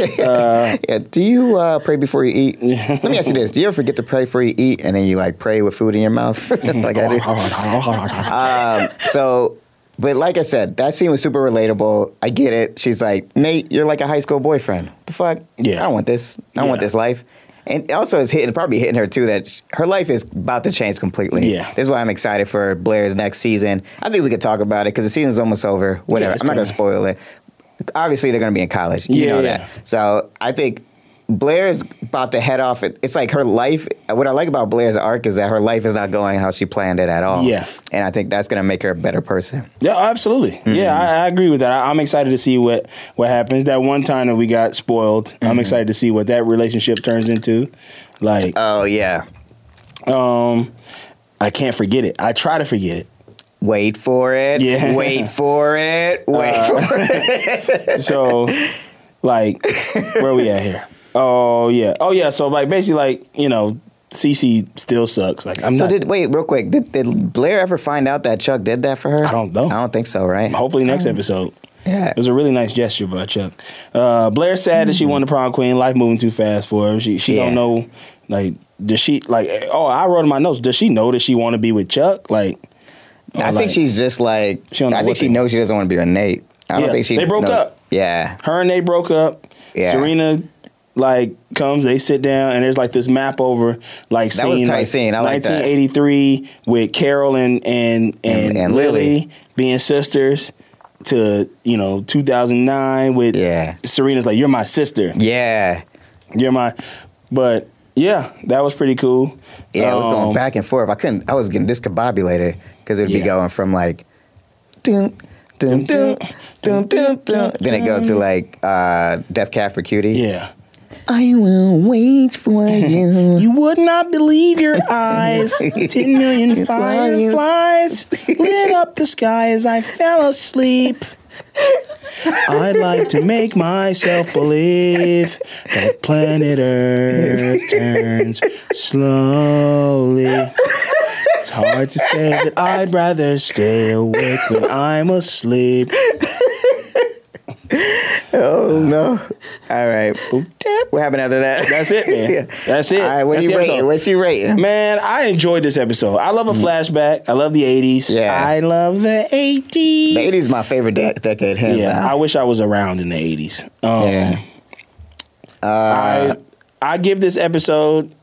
[SPEAKER 3] yeah, do you uh, pray before you eat? Let me ask you this: Do you ever forget to pray before you eat, and then you like pray with food in your mouth, like I do? Um, so, but like I said, that scene was super relatable. I get it. She's like, Nate, you're like a high school boyfriend. The fuck?
[SPEAKER 2] Yeah.
[SPEAKER 3] I don't want this. I don't want
[SPEAKER 2] Yeah.
[SPEAKER 3] this life. And also, it's hitting, probably hitting her too that sh- her life is about to change completely.
[SPEAKER 2] Yeah.
[SPEAKER 3] This is why I'm excited for Blair's next season. I think we could talk about it because the season's almost over. Whatever.
[SPEAKER 2] it's
[SPEAKER 3] I'm not going to
[SPEAKER 2] kinda-
[SPEAKER 3] spoil it. Obviously, they're going to be in college. You
[SPEAKER 2] Yeah,
[SPEAKER 3] know
[SPEAKER 2] yeah.
[SPEAKER 3] that. So I think Blair's about to head off. It's like her life. What I like about Blair's arc is that her life is not going how she planned it at all.
[SPEAKER 2] Yeah.
[SPEAKER 3] And I think that's going to make her a better person.
[SPEAKER 2] Yeah, absolutely. Yeah, I, I agree with that. I, I'm excited to see what what happens. That one time that we got spoiled, I'm excited to see what that relationship turns into. Like,
[SPEAKER 3] Oh, yeah.
[SPEAKER 4] Uh,
[SPEAKER 2] um, I can't forget it. I try to forget it.
[SPEAKER 3] Wait for it.
[SPEAKER 2] Yeah. Uh,
[SPEAKER 3] Wait for it. Wait for it.
[SPEAKER 2] so like where we at here oh yeah oh yeah so like basically like you know cc still sucks like i'm
[SPEAKER 3] So
[SPEAKER 2] not
[SPEAKER 3] did wait real quick. Did, did Blair ever find out that Chuck did that for her?
[SPEAKER 2] I don't know.
[SPEAKER 3] I don't think so, right?
[SPEAKER 2] hopefully next episode
[SPEAKER 3] Yeah.
[SPEAKER 2] it was a really nice gesture by chuck uh blair sad that she won the prom queen life moving too fast for her she she
[SPEAKER 3] Yeah.
[SPEAKER 2] don't know like does she like oh i wrote in my notes does she know that she want to be with chuck like
[SPEAKER 3] I think
[SPEAKER 2] like-
[SPEAKER 3] she's just like.
[SPEAKER 2] She don't know
[SPEAKER 3] I think
[SPEAKER 2] what
[SPEAKER 3] she
[SPEAKER 2] they-
[SPEAKER 3] knows she doesn't want to be with Nate. I don't
[SPEAKER 2] Yeah,
[SPEAKER 3] think she.
[SPEAKER 2] they broke
[SPEAKER 3] knows-
[SPEAKER 2] up.
[SPEAKER 3] Yeah.
[SPEAKER 2] her and they broke up
[SPEAKER 3] Yeah.
[SPEAKER 2] serena like comes, they sit down, and there's like this map over like
[SPEAKER 3] That
[SPEAKER 2] scene,
[SPEAKER 3] was tight
[SPEAKER 2] like,
[SPEAKER 3] scene. I like that.
[SPEAKER 2] 1983 with Carol and and and,
[SPEAKER 3] And- and
[SPEAKER 2] Lily.
[SPEAKER 3] Lily.
[SPEAKER 2] being sisters to you know 2009 with
[SPEAKER 3] Yeah.
[SPEAKER 2] Serena's like you're my sister,
[SPEAKER 3] Yeah.
[SPEAKER 2] you're my, but yeah, that was pretty cool.
[SPEAKER 3] Yeah, it was
[SPEAKER 2] Um,
[SPEAKER 3] going back and forth. I couldn't. I was getting discombobulated because it'd be
[SPEAKER 2] Yeah.
[SPEAKER 3] going from like, dun dun dun dun dun dun. Then it go to like uh, Def Cab for Cutie.
[SPEAKER 2] Yeah,
[SPEAKER 3] I will wait for you.
[SPEAKER 2] you would not believe your eyes. Ten million
[SPEAKER 3] It's lions.
[SPEAKER 2] fireflies lit up the sky as I fell asleep. I'd like to make myself believe that planet Earth turns slowly. It's hard to say that I'd rather stay awake when I'm asleep.
[SPEAKER 3] oh no! All right, what happened after that?
[SPEAKER 2] That's it, man.
[SPEAKER 3] Yeah.
[SPEAKER 2] That's it.
[SPEAKER 3] All right, what
[SPEAKER 2] That's
[SPEAKER 3] you
[SPEAKER 2] the
[SPEAKER 3] rating?
[SPEAKER 2] episode.
[SPEAKER 3] What's you rating?
[SPEAKER 2] Man, I enjoyed this episode. I love a flashback. I love the 80s.
[SPEAKER 3] Mm-hmm. Yeah.
[SPEAKER 2] I love the 80s.
[SPEAKER 3] The '80s is my favorite de- decade, hands
[SPEAKER 2] Yeah, I
[SPEAKER 3] down.
[SPEAKER 2] wish I was around in the eighties. Um,
[SPEAKER 3] yeah.
[SPEAKER 2] I I give this episode.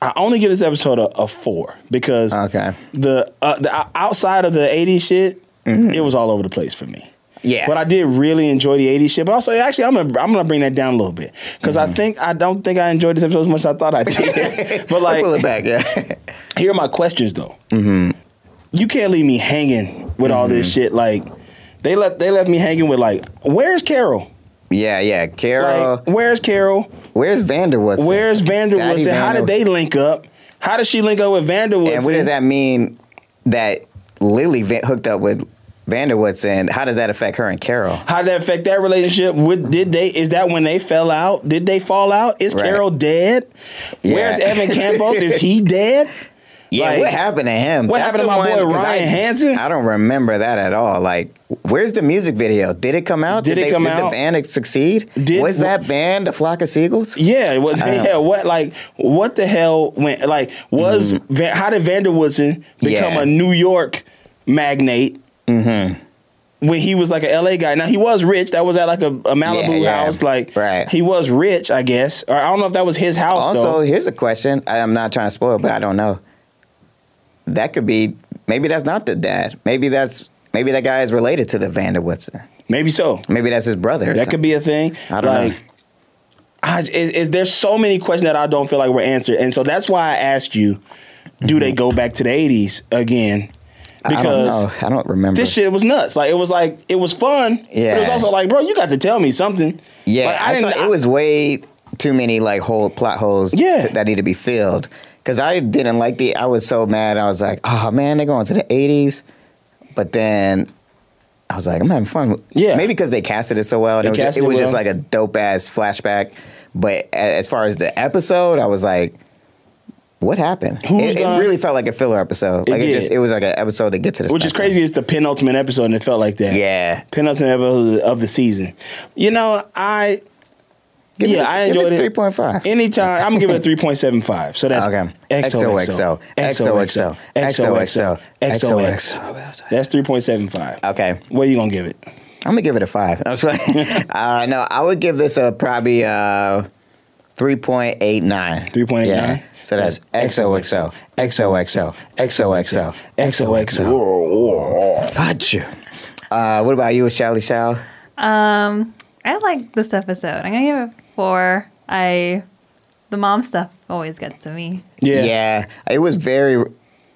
[SPEAKER 2] I only give this episode a, a four because uh,
[SPEAKER 3] Okay. Mm-hmm.
[SPEAKER 2] the uh, the o- outside of the eighties shit, it was all over the place for me.
[SPEAKER 3] Yeah.
[SPEAKER 2] But I did really enjoy the 80s shit. But also, actually, I'm gonna I'm gonna bring that down a little bit because
[SPEAKER 3] Mm-hmm.
[SPEAKER 2] I think I don't think I enjoyed this episode as much as I thought I did. but like,
[SPEAKER 3] pull it back. Yeah.
[SPEAKER 2] here are my questions though. Mm-hmm. You can't leave me hanging with all this
[SPEAKER 3] Mm-hmm.
[SPEAKER 2] shit. Like, they left they left me hanging with like, where's Carol?
[SPEAKER 3] yeah. Yeah. Carol.
[SPEAKER 2] Like, where's Carol?
[SPEAKER 3] where's Vander Woodson?
[SPEAKER 2] Where's Vander
[SPEAKER 3] Daddy
[SPEAKER 2] Woodson? How
[SPEAKER 3] Vander-
[SPEAKER 2] did they link up? How does she link up with Vander Woodson?
[SPEAKER 3] And what does that mean that Lily va- hooked up with Vander Woodson? How does that affect her and Carol?
[SPEAKER 2] How did that affect that relationship? What did they? Is that when they fell out? Did they fall out? Is
[SPEAKER 3] Right.
[SPEAKER 2] Carol dead?
[SPEAKER 3] Yeah.
[SPEAKER 2] Where's Evan Campos? is he dead?
[SPEAKER 3] Yeah,
[SPEAKER 2] Like,
[SPEAKER 3] what happened to him?
[SPEAKER 2] what happened to
[SPEAKER 3] the
[SPEAKER 2] my boy
[SPEAKER 3] 'cause
[SPEAKER 2] Ryan
[SPEAKER 3] I,
[SPEAKER 2] Hansen?
[SPEAKER 3] I don't remember that at all. Like, where's the music video? Did it come out?
[SPEAKER 2] Did it
[SPEAKER 3] they,
[SPEAKER 2] come
[SPEAKER 3] did the
[SPEAKER 2] out?
[SPEAKER 3] band succeed?
[SPEAKER 2] Did-
[SPEAKER 3] was that band the Flock of Seagulls?
[SPEAKER 2] Yeah, it was,
[SPEAKER 3] Um,
[SPEAKER 2] yeah. What like what the hell went like was Van, how did Vander Woodson become
[SPEAKER 3] Mm-hmm. Yeah.
[SPEAKER 2] a New York magnate? When he was like a LA guy, now he was rich. That was at like a, a Malibu
[SPEAKER 3] Mm-hmm. yeah.
[SPEAKER 2] house. Like
[SPEAKER 3] Right.
[SPEAKER 2] he was rich, I guess. Or I don't know if that was his house.
[SPEAKER 3] Also,
[SPEAKER 2] though.
[SPEAKER 3] here's a question. I, I'm not trying to spoil, but I don't know. That could be. Maybe that's not the dad. Maybe that's. Maybe that guy is related to the Vander Woodson.
[SPEAKER 2] maybe so.
[SPEAKER 3] Maybe that's his brother. or
[SPEAKER 2] That could
[SPEAKER 3] something.
[SPEAKER 2] be a thing.
[SPEAKER 3] I don't know.
[SPEAKER 2] I, is, is there's so many questions that I don't feel like were answered, and so that's why I asked you: Do they go back to the '80s again?
[SPEAKER 3] Mm-hmm.
[SPEAKER 2] Because
[SPEAKER 3] I don't know. I don't remember.
[SPEAKER 2] this shit was nuts. Like it was like it was fun. But it was
[SPEAKER 3] Yeah.
[SPEAKER 2] also like, bro, you got to tell me something.
[SPEAKER 3] Yeah,
[SPEAKER 2] Like,
[SPEAKER 3] I, thought it was way too many like whole plot holes
[SPEAKER 2] Yeah.
[SPEAKER 3] t- that need to be filled. Cause I didn't like the. I was so mad. I was like, oh man, they're going to the '80s, but then I was like, I'm having fun.
[SPEAKER 2] Yeah.
[SPEAKER 3] maybe because they casted it so well. And
[SPEAKER 2] They
[SPEAKER 3] it was, just,
[SPEAKER 2] casted
[SPEAKER 3] it
[SPEAKER 2] it
[SPEAKER 3] was just
[SPEAKER 2] well.
[SPEAKER 3] like a dope ass flashback. But a- as far as the episode, I was like. What happened?
[SPEAKER 2] Who's
[SPEAKER 3] it, it
[SPEAKER 2] gonna-
[SPEAKER 3] really felt like a filler episode.
[SPEAKER 2] It
[SPEAKER 3] Like it,
[SPEAKER 2] did.
[SPEAKER 3] just it was like an episode to get to the
[SPEAKER 2] which is crazy. It's the penultimate episode, and it felt like that.
[SPEAKER 3] Yeah.
[SPEAKER 2] penultimate episode of the season. You know, I
[SPEAKER 3] Give
[SPEAKER 2] Yeah,
[SPEAKER 3] it,
[SPEAKER 2] I
[SPEAKER 3] give
[SPEAKER 2] enjoyed it.
[SPEAKER 3] Three point five.
[SPEAKER 2] anytime I'm gonna give it a three point seven five. So that's
[SPEAKER 3] Okay.
[SPEAKER 2] XOXO
[SPEAKER 3] XOXO,
[SPEAKER 2] XOXO
[SPEAKER 3] XOXO.
[SPEAKER 2] That's three point seven five.
[SPEAKER 3] Okay.
[SPEAKER 2] What are you gonna give it?
[SPEAKER 3] I'm gonna give it a five. I was like, uh, no, I would give this a probably uh, three point eight nine.
[SPEAKER 2] 3.89?
[SPEAKER 3] Yeah. So that's XOXO, XOXO, XOXO, XOXO. Got you. Uh, what about you with Shelly Shao?
[SPEAKER 4] Um, I like this episode. I'm gonna give it four. I the mom stuff always gets to me.
[SPEAKER 2] Yeah.
[SPEAKER 3] It was very.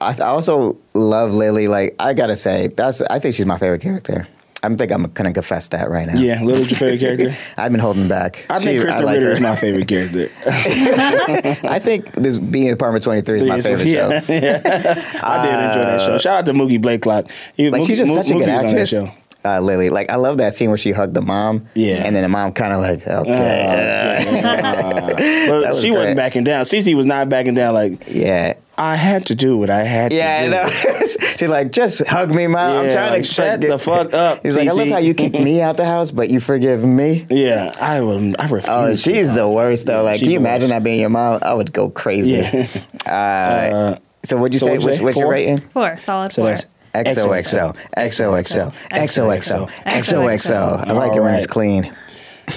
[SPEAKER 3] I th- I also love Lily. Like I gotta say, that's. I think she's my favorite character. I think I'm gonna confess that right now.
[SPEAKER 2] Yeah, Lily's your favorite character.
[SPEAKER 3] I've been holding back.
[SPEAKER 2] I think
[SPEAKER 3] She-
[SPEAKER 2] Kristen
[SPEAKER 3] like
[SPEAKER 2] Ritter
[SPEAKER 3] her.
[SPEAKER 2] is my favorite character.
[SPEAKER 3] I think this being apartment 23 is my
[SPEAKER 2] Yeah,
[SPEAKER 3] favorite
[SPEAKER 2] yeah,
[SPEAKER 3] show.
[SPEAKER 2] yeah. I did enjoy that show. Shout out to Moogie Blakelock. He,
[SPEAKER 3] Like
[SPEAKER 2] Moogie-
[SPEAKER 3] she's just
[SPEAKER 2] Mo-
[SPEAKER 3] such a good
[SPEAKER 2] Moogie was on that
[SPEAKER 3] actress.
[SPEAKER 2] show.
[SPEAKER 3] Uh, Lily, like I love that scene where she hugged the mom.
[SPEAKER 2] Yeah. Uh,
[SPEAKER 3] And then the mom kind of like, okay.
[SPEAKER 2] But
[SPEAKER 3] was
[SPEAKER 2] she
[SPEAKER 3] great.
[SPEAKER 2] wasn't backing down. Cece was not backing down. Like
[SPEAKER 3] uh, yeah.
[SPEAKER 2] I had to do what I had
[SPEAKER 3] Yeah, I
[SPEAKER 2] to do.
[SPEAKER 3] know. She's like, just hug me, mom. I'm
[SPEAKER 2] Yeah,
[SPEAKER 3] trying
[SPEAKER 2] like,
[SPEAKER 3] to
[SPEAKER 2] shut the fuck up,
[SPEAKER 3] He's like, I love
[SPEAKER 2] TC.
[SPEAKER 3] how you kicked me out the house, but you forgive me.
[SPEAKER 2] Yeah, I will. I refuse.
[SPEAKER 3] Oh, she's the worst though. like,
[SPEAKER 2] she
[SPEAKER 3] can you
[SPEAKER 2] the
[SPEAKER 3] imagine
[SPEAKER 2] worst.
[SPEAKER 3] that being your mom? I would go crazy.
[SPEAKER 2] Yeah.
[SPEAKER 3] Uh, so what'd you
[SPEAKER 2] so
[SPEAKER 3] say?
[SPEAKER 2] what'd you
[SPEAKER 3] What's,
[SPEAKER 2] say?
[SPEAKER 3] what's your
[SPEAKER 2] Four?
[SPEAKER 3] rating?
[SPEAKER 4] Four, solid
[SPEAKER 2] So
[SPEAKER 4] four.
[SPEAKER 2] that's-
[SPEAKER 3] XOXO, XOXO, XOXO, XOXO. I like it when it's
[SPEAKER 2] Alright.
[SPEAKER 3] clean.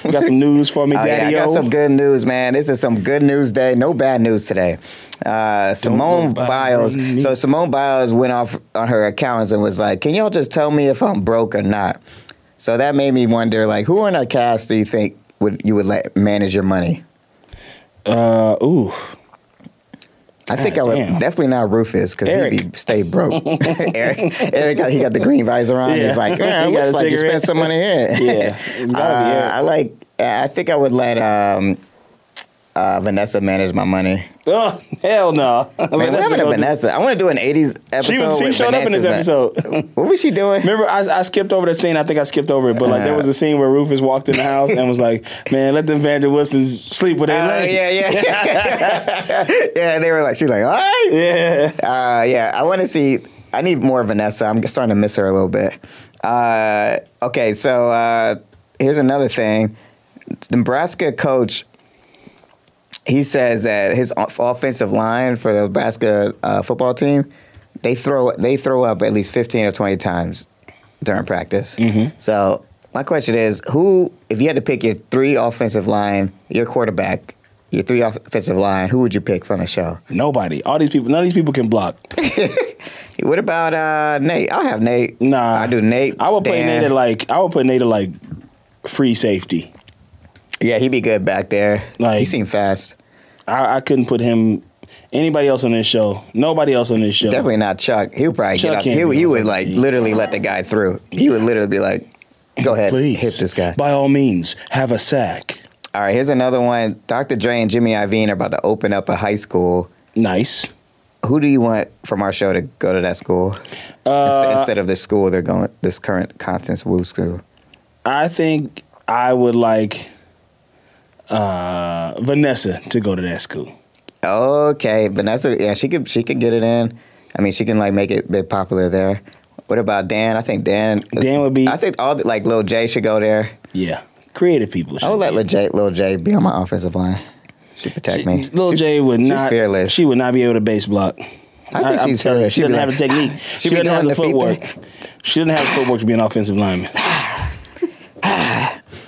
[SPEAKER 2] You got some news for me,
[SPEAKER 3] Oh, yeah, I
[SPEAKER 2] Daddy
[SPEAKER 3] got some
[SPEAKER 2] O.
[SPEAKER 3] good news, man. This is some good news day. No bad news today. Uh, Simone
[SPEAKER 2] bother
[SPEAKER 3] Biles.
[SPEAKER 2] me.
[SPEAKER 3] So Simone Biles went off on her accounts and was like, "Can y'all just tell me if I'm broke or not?" So that made me wonder, like, who in our cast do you think would you would let manage your money?
[SPEAKER 2] Uh, ooh,
[SPEAKER 3] I think I would
[SPEAKER 2] damn.
[SPEAKER 3] definitely not Rufus because he'd
[SPEAKER 2] Eric.
[SPEAKER 3] be stay broke. Eric, Eric, got- he got the green visor on.
[SPEAKER 2] Yeah.
[SPEAKER 3] He's like, man, it
[SPEAKER 2] He got
[SPEAKER 3] looks
[SPEAKER 2] a
[SPEAKER 3] like you
[SPEAKER 2] cigarette."
[SPEAKER 3] spent some money here.
[SPEAKER 2] Yeah, it's
[SPEAKER 3] uh,
[SPEAKER 2] gotta be Eric.
[SPEAKER 3] I like. I think I would let um, uh, Vanessa manage my money.
[SPEAKER 2] oh hell no!
[SPEAKER 3] Man, what happened to Vanessa? I want to do an '80s episode.
[SPEAKER 2] She was. She
[SPEAKER 3] with
[SPEAKER 2] showed up in this
[SPEAKER 3] Vanessa's
[SPEAKER 2] episode.
[SPEAKER 3] back. What was she doing?
[SPEAKER 2] Remember, I, I skipped over the scene. I think I skipped over it, but like there was a scene where Rufus walked in the house and was like, "Man, let them Vander Wilsons sleep with
[SPEAKER 3] Oh
[SPEAKER 2] their leg."
[SPEAKER 3] yeah, yeah, yeah. They were like, she's like, all right,
[SPEAKER 2] Yeah.
[SPEAKER 3] uh, yeah. I want to see. I need more Vanessa. I'm starting to miss her a little bit. Uh, okay, so uh, here's another thing. The Nebraska coach. He says that his off- offensive line for the Nebraska uh, football team, they throw they throw up at least 15 or 20 times during practice.
[SPEAKER 2] Mm-hmm.
[SPEAKER 3] So my question is, who, if you had to pick your three offensive line, your quarterback, your three offensive line, who would you pick from the show?
[SPEAKER 2] Nobody. All these people. None of these people can block.
[SPEAKER 3] What about uh, Nate? I'll have Nate.
[SPEAKER 2] Nah.
[SPEAKER 3] I do Nate.
[SPEAKER 2] I would play
[SPEAKER 3] Dan.
[SPEAKER 2] Nate at like I would put Nate at like free safety.
[SPEAKER 3] Yeah, he'd be good back there.
[SPEAKER 2] Like-
[SPEAKER 3] he seemed fast.
[SPEAKER 2] I, I couldn't put him anybody else on this show. Nobody else on this show.
[SPEAKER 3] Definitely not Chuck. He would probably
[SPEAKER 2] Chuck
[SPEAKER 3] get up.
[SPEAKER 2] can't
[SPEAKER 3] He,
[SPEAKER 2] be
[SPEAKER 3] he
[SPEAKER 2] on
[SPEAKER 3] would
[SPEAKER 2] the
[SPEAKER 3] like
[SPEAKER 2] team.
[SPEAKER 3] literally let the guy through. He would literally be like, "Go ahead,
[SPEAKER 2] Please
[SPEAKER 3] hit this guy."
[SPEAKER 2] By all means, have a sack.
[SPEAKER 3] All right, here's another one. Dr. Dre and Jimmy Iovine are about to open up a high school.
[SPEAKER 2] Nice.
[SPEAKER 3] Who do you want from our show to go to that school instead,
[SPEAKER 2] Uh,
[SPEAKER 3] instead of the school they're going? This current Constance Wu school.
[SPEAKER 2] I think I would like uh, Vanessa to go to that school.
[SPEAKER 3] Okay, Vanessa. Yeah, she could. She could get it in. I mean, she can like make it bit popular there. What about Dan? I think Dan.
[SPEAKER 2] Dan would be-
[SPEAKER 3] I think all the, like Lil J should go there.
[SPEAKER 2] Yeah, creative people.
[SPEAKER 3] I
[SPEAKER 2] should
[SPEAKER 3] would let
[SPEAKER 2] be.
[SPEAKER 3] Lil J, Lil J be on my offensive line. She protect me.
[SPEAKER 2] Lil J would
[SPEAKER 3] she's
[SPEAKER 2] not.
[SPEAKER 3] fearless.
[SPEAKER 2] She would not be able to base block.
[SPEAKER 3] I think
[SPEAKER 2] I'm
[SPEAKER 3] she's
[SPEAKER 2] telling you,
[SPEAKER 3] fearless.
[SPEAKER 2] She
[SPEAKER 3] She'd be
[SPEAKER 2] doesn't have the
[SPEAKER 3] like,
[SPEAKER 2] technique.
[SPEAKER 3] she'd
[SPEAKER 2] She
[SPEAKER 3] be
[SPEAKER 2] doesn't have
[SPEAKER 3] doing
[SPEAKER 2] the
[SPEAKER 3] the feet
[SPEAKER 2] footwork. She doesn't have the footwork to be an offensive lineman.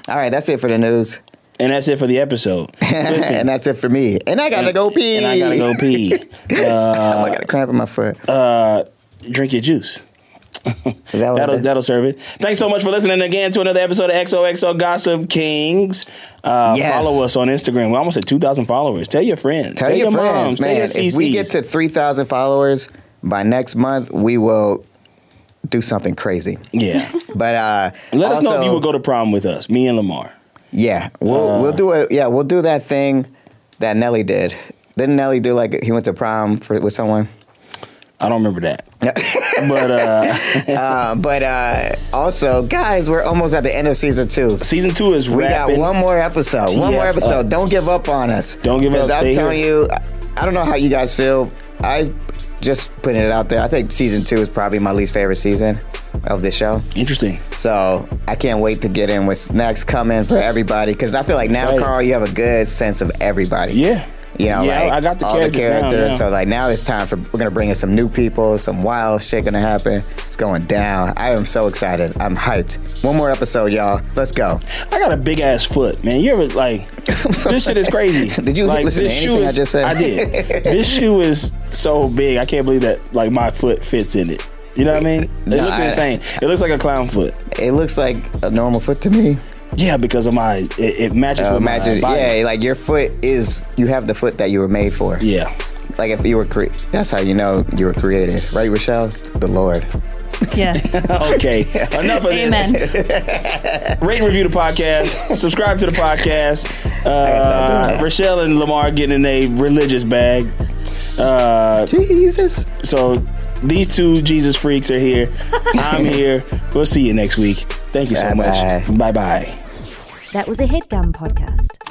[SPEAKER 3] All right, that's it for the news,
[SPEAKER 2] And that's it for the episode. Listen,
[SPEAKER 3] and that's it for me. And I gotta go pee.
[SPEAKER 2] and I gotta go pee. Uh,
[SPEAKER 3] Oh, I got a cramp in my foot.
[SPEAKER 2] Drink your juice.
[SPEAKER 3] Is that what
[SPEAKER 2] That'll uh,
[SPEAKER 3] it is?
[SPEAKER 2] that'll serve it. Thanks so much for listening again to another episode of XOXO Gossip Kings. Uh,
[SPEAKER 3] Yes.
[SPEAKER 2] Follow us on Instagram. We almost at two thousand followers. Tell your friends.
[SPEAKER 3] Tell your friends,
[SPEAKER 2] moms.
[SPEAKER 3] man.
[SPEAKER 2] Tell your
[SPEAKER 3] if we get
[SPEAKER 2] CCs.
[SPEAKER 3] to three thousand followers by next month, we will do something crazy.
[SPEAKER 2] yeah,
[SPEAKER 3] But uh,
[SPEAKER 2] let us know if
[SPEAKER 3] also-
[SPEAKER 2] you would go Uh. to prom with us. Me and Lamar.
[SPEAKER 3] Yeah, we'll we'll do a yeah we'll do that thing that Nelly did. Didn't Nelly do like he went to prom for with someone?
[SPEAKER 2] I don't remember that, but uh,
[SPEAKER 3] Uh, but uh, also, guys, we're almost at the end of season two.
[SPEAKER 2] season two is
[SPEAKER 3] We
[SPEAKER 2] wrapping.
[SPEAKER 3] got one more episode. One more
[SPEAKER 2] TF
[SPEAKER 3] episode.
[SPEAKER 2] up.
[SPEAKER 3] Don't give up on us.
[SPEAKER 2] Don't give
[SPEAKER 3] Because
[SPEAKER 2] up.
[SPEAKER 3] I'm
[SPEAKER 2] Stay
[SPEAKER 3] telling you, I- I don't know how you guys feel. I just putting it out there. I think season two is probably my least favorite season of this show.
[SPEAKER 2] Interesting.
[SPEAKER 3] So I can't wait to get in what's next coming for everybody. Because I feel like now,
[SPEAKER 2] Excited.
[SPEAKER 3] Carl, you have a good sense of everybody.
[SPEAKER 2] Yeah.
[SPEAKER 3] You know,
[SPEAKER 2] yeah,
[SPEAKER 3] like
[SPEAKER 2] I got the
[SPEAKER 3] all the
[SPEAKER 2] characters down
[SPEAKER 3] characters.
[SPEAKER 2] now.
[SPEAKER 3] So like now it's time for we're gonna bring in some new people, some wild shit gonna happen. It's going down. I am so excited. I'm hyped. One more episode, y'all. Let's go.
[SPEAKER 2] I got a big ass foot, man. You ever like this shit is crazy.
[SPEAKER 3] Did you
[SPEAKER 2] like,
[SPEAKER 3] listen to
[SPEAKER 2] this shoe
[SPEAKER 3] anything I
[SPEAKER 2] is-
[SPEAKER 3] just said?
[SPEAKER 2] I did. this shoe is so big. I can't believe that like my foot fits in it. You know what I mean? It
[SPEAKER 3] Nah,
[SPEAKER 2] looks
[SPEAKER 3] I-
[SPEAKER 2] insane. It looks like a clown foot.
[SPEAKER 3] It looks like a normal foot to me.
[SPEAKER 2] Yeah, because of my it, it matches
[SPEAKER 3] Uh,
[SPEAKER 2] with
[SPEAKER 3] imagine,
[SPEAKER 2] my body.
[SPEAKER 3] yeah, like your foot is you have the foot that you were made for.
[SPEAKER 2] Yeah.
[SPEAKER 3] Like if you were cre- that's how you know you were created, right, Rochelle? The Lord.
[SPEAKER 4] Yes.
[SPEAKER 2] Okay. Enough of
[SPEAKER 4] Amen.
[SPEAKER 2] this. Rate and review the podcast. Subscribe to the podcast. Uh, Rochelle and Lamar getting in a religious bag. Uh,
[SPEAKER 3] Jesus.
[SPEAKER 2] So these two Jesus freaks are here. I'm here. We'll see you next week. Thank you so
[SPEAKER 3] Bye-bye.
[SPEAKER 2] much. Bye bye.
[SPEAKER 1] That was a headgum podcast.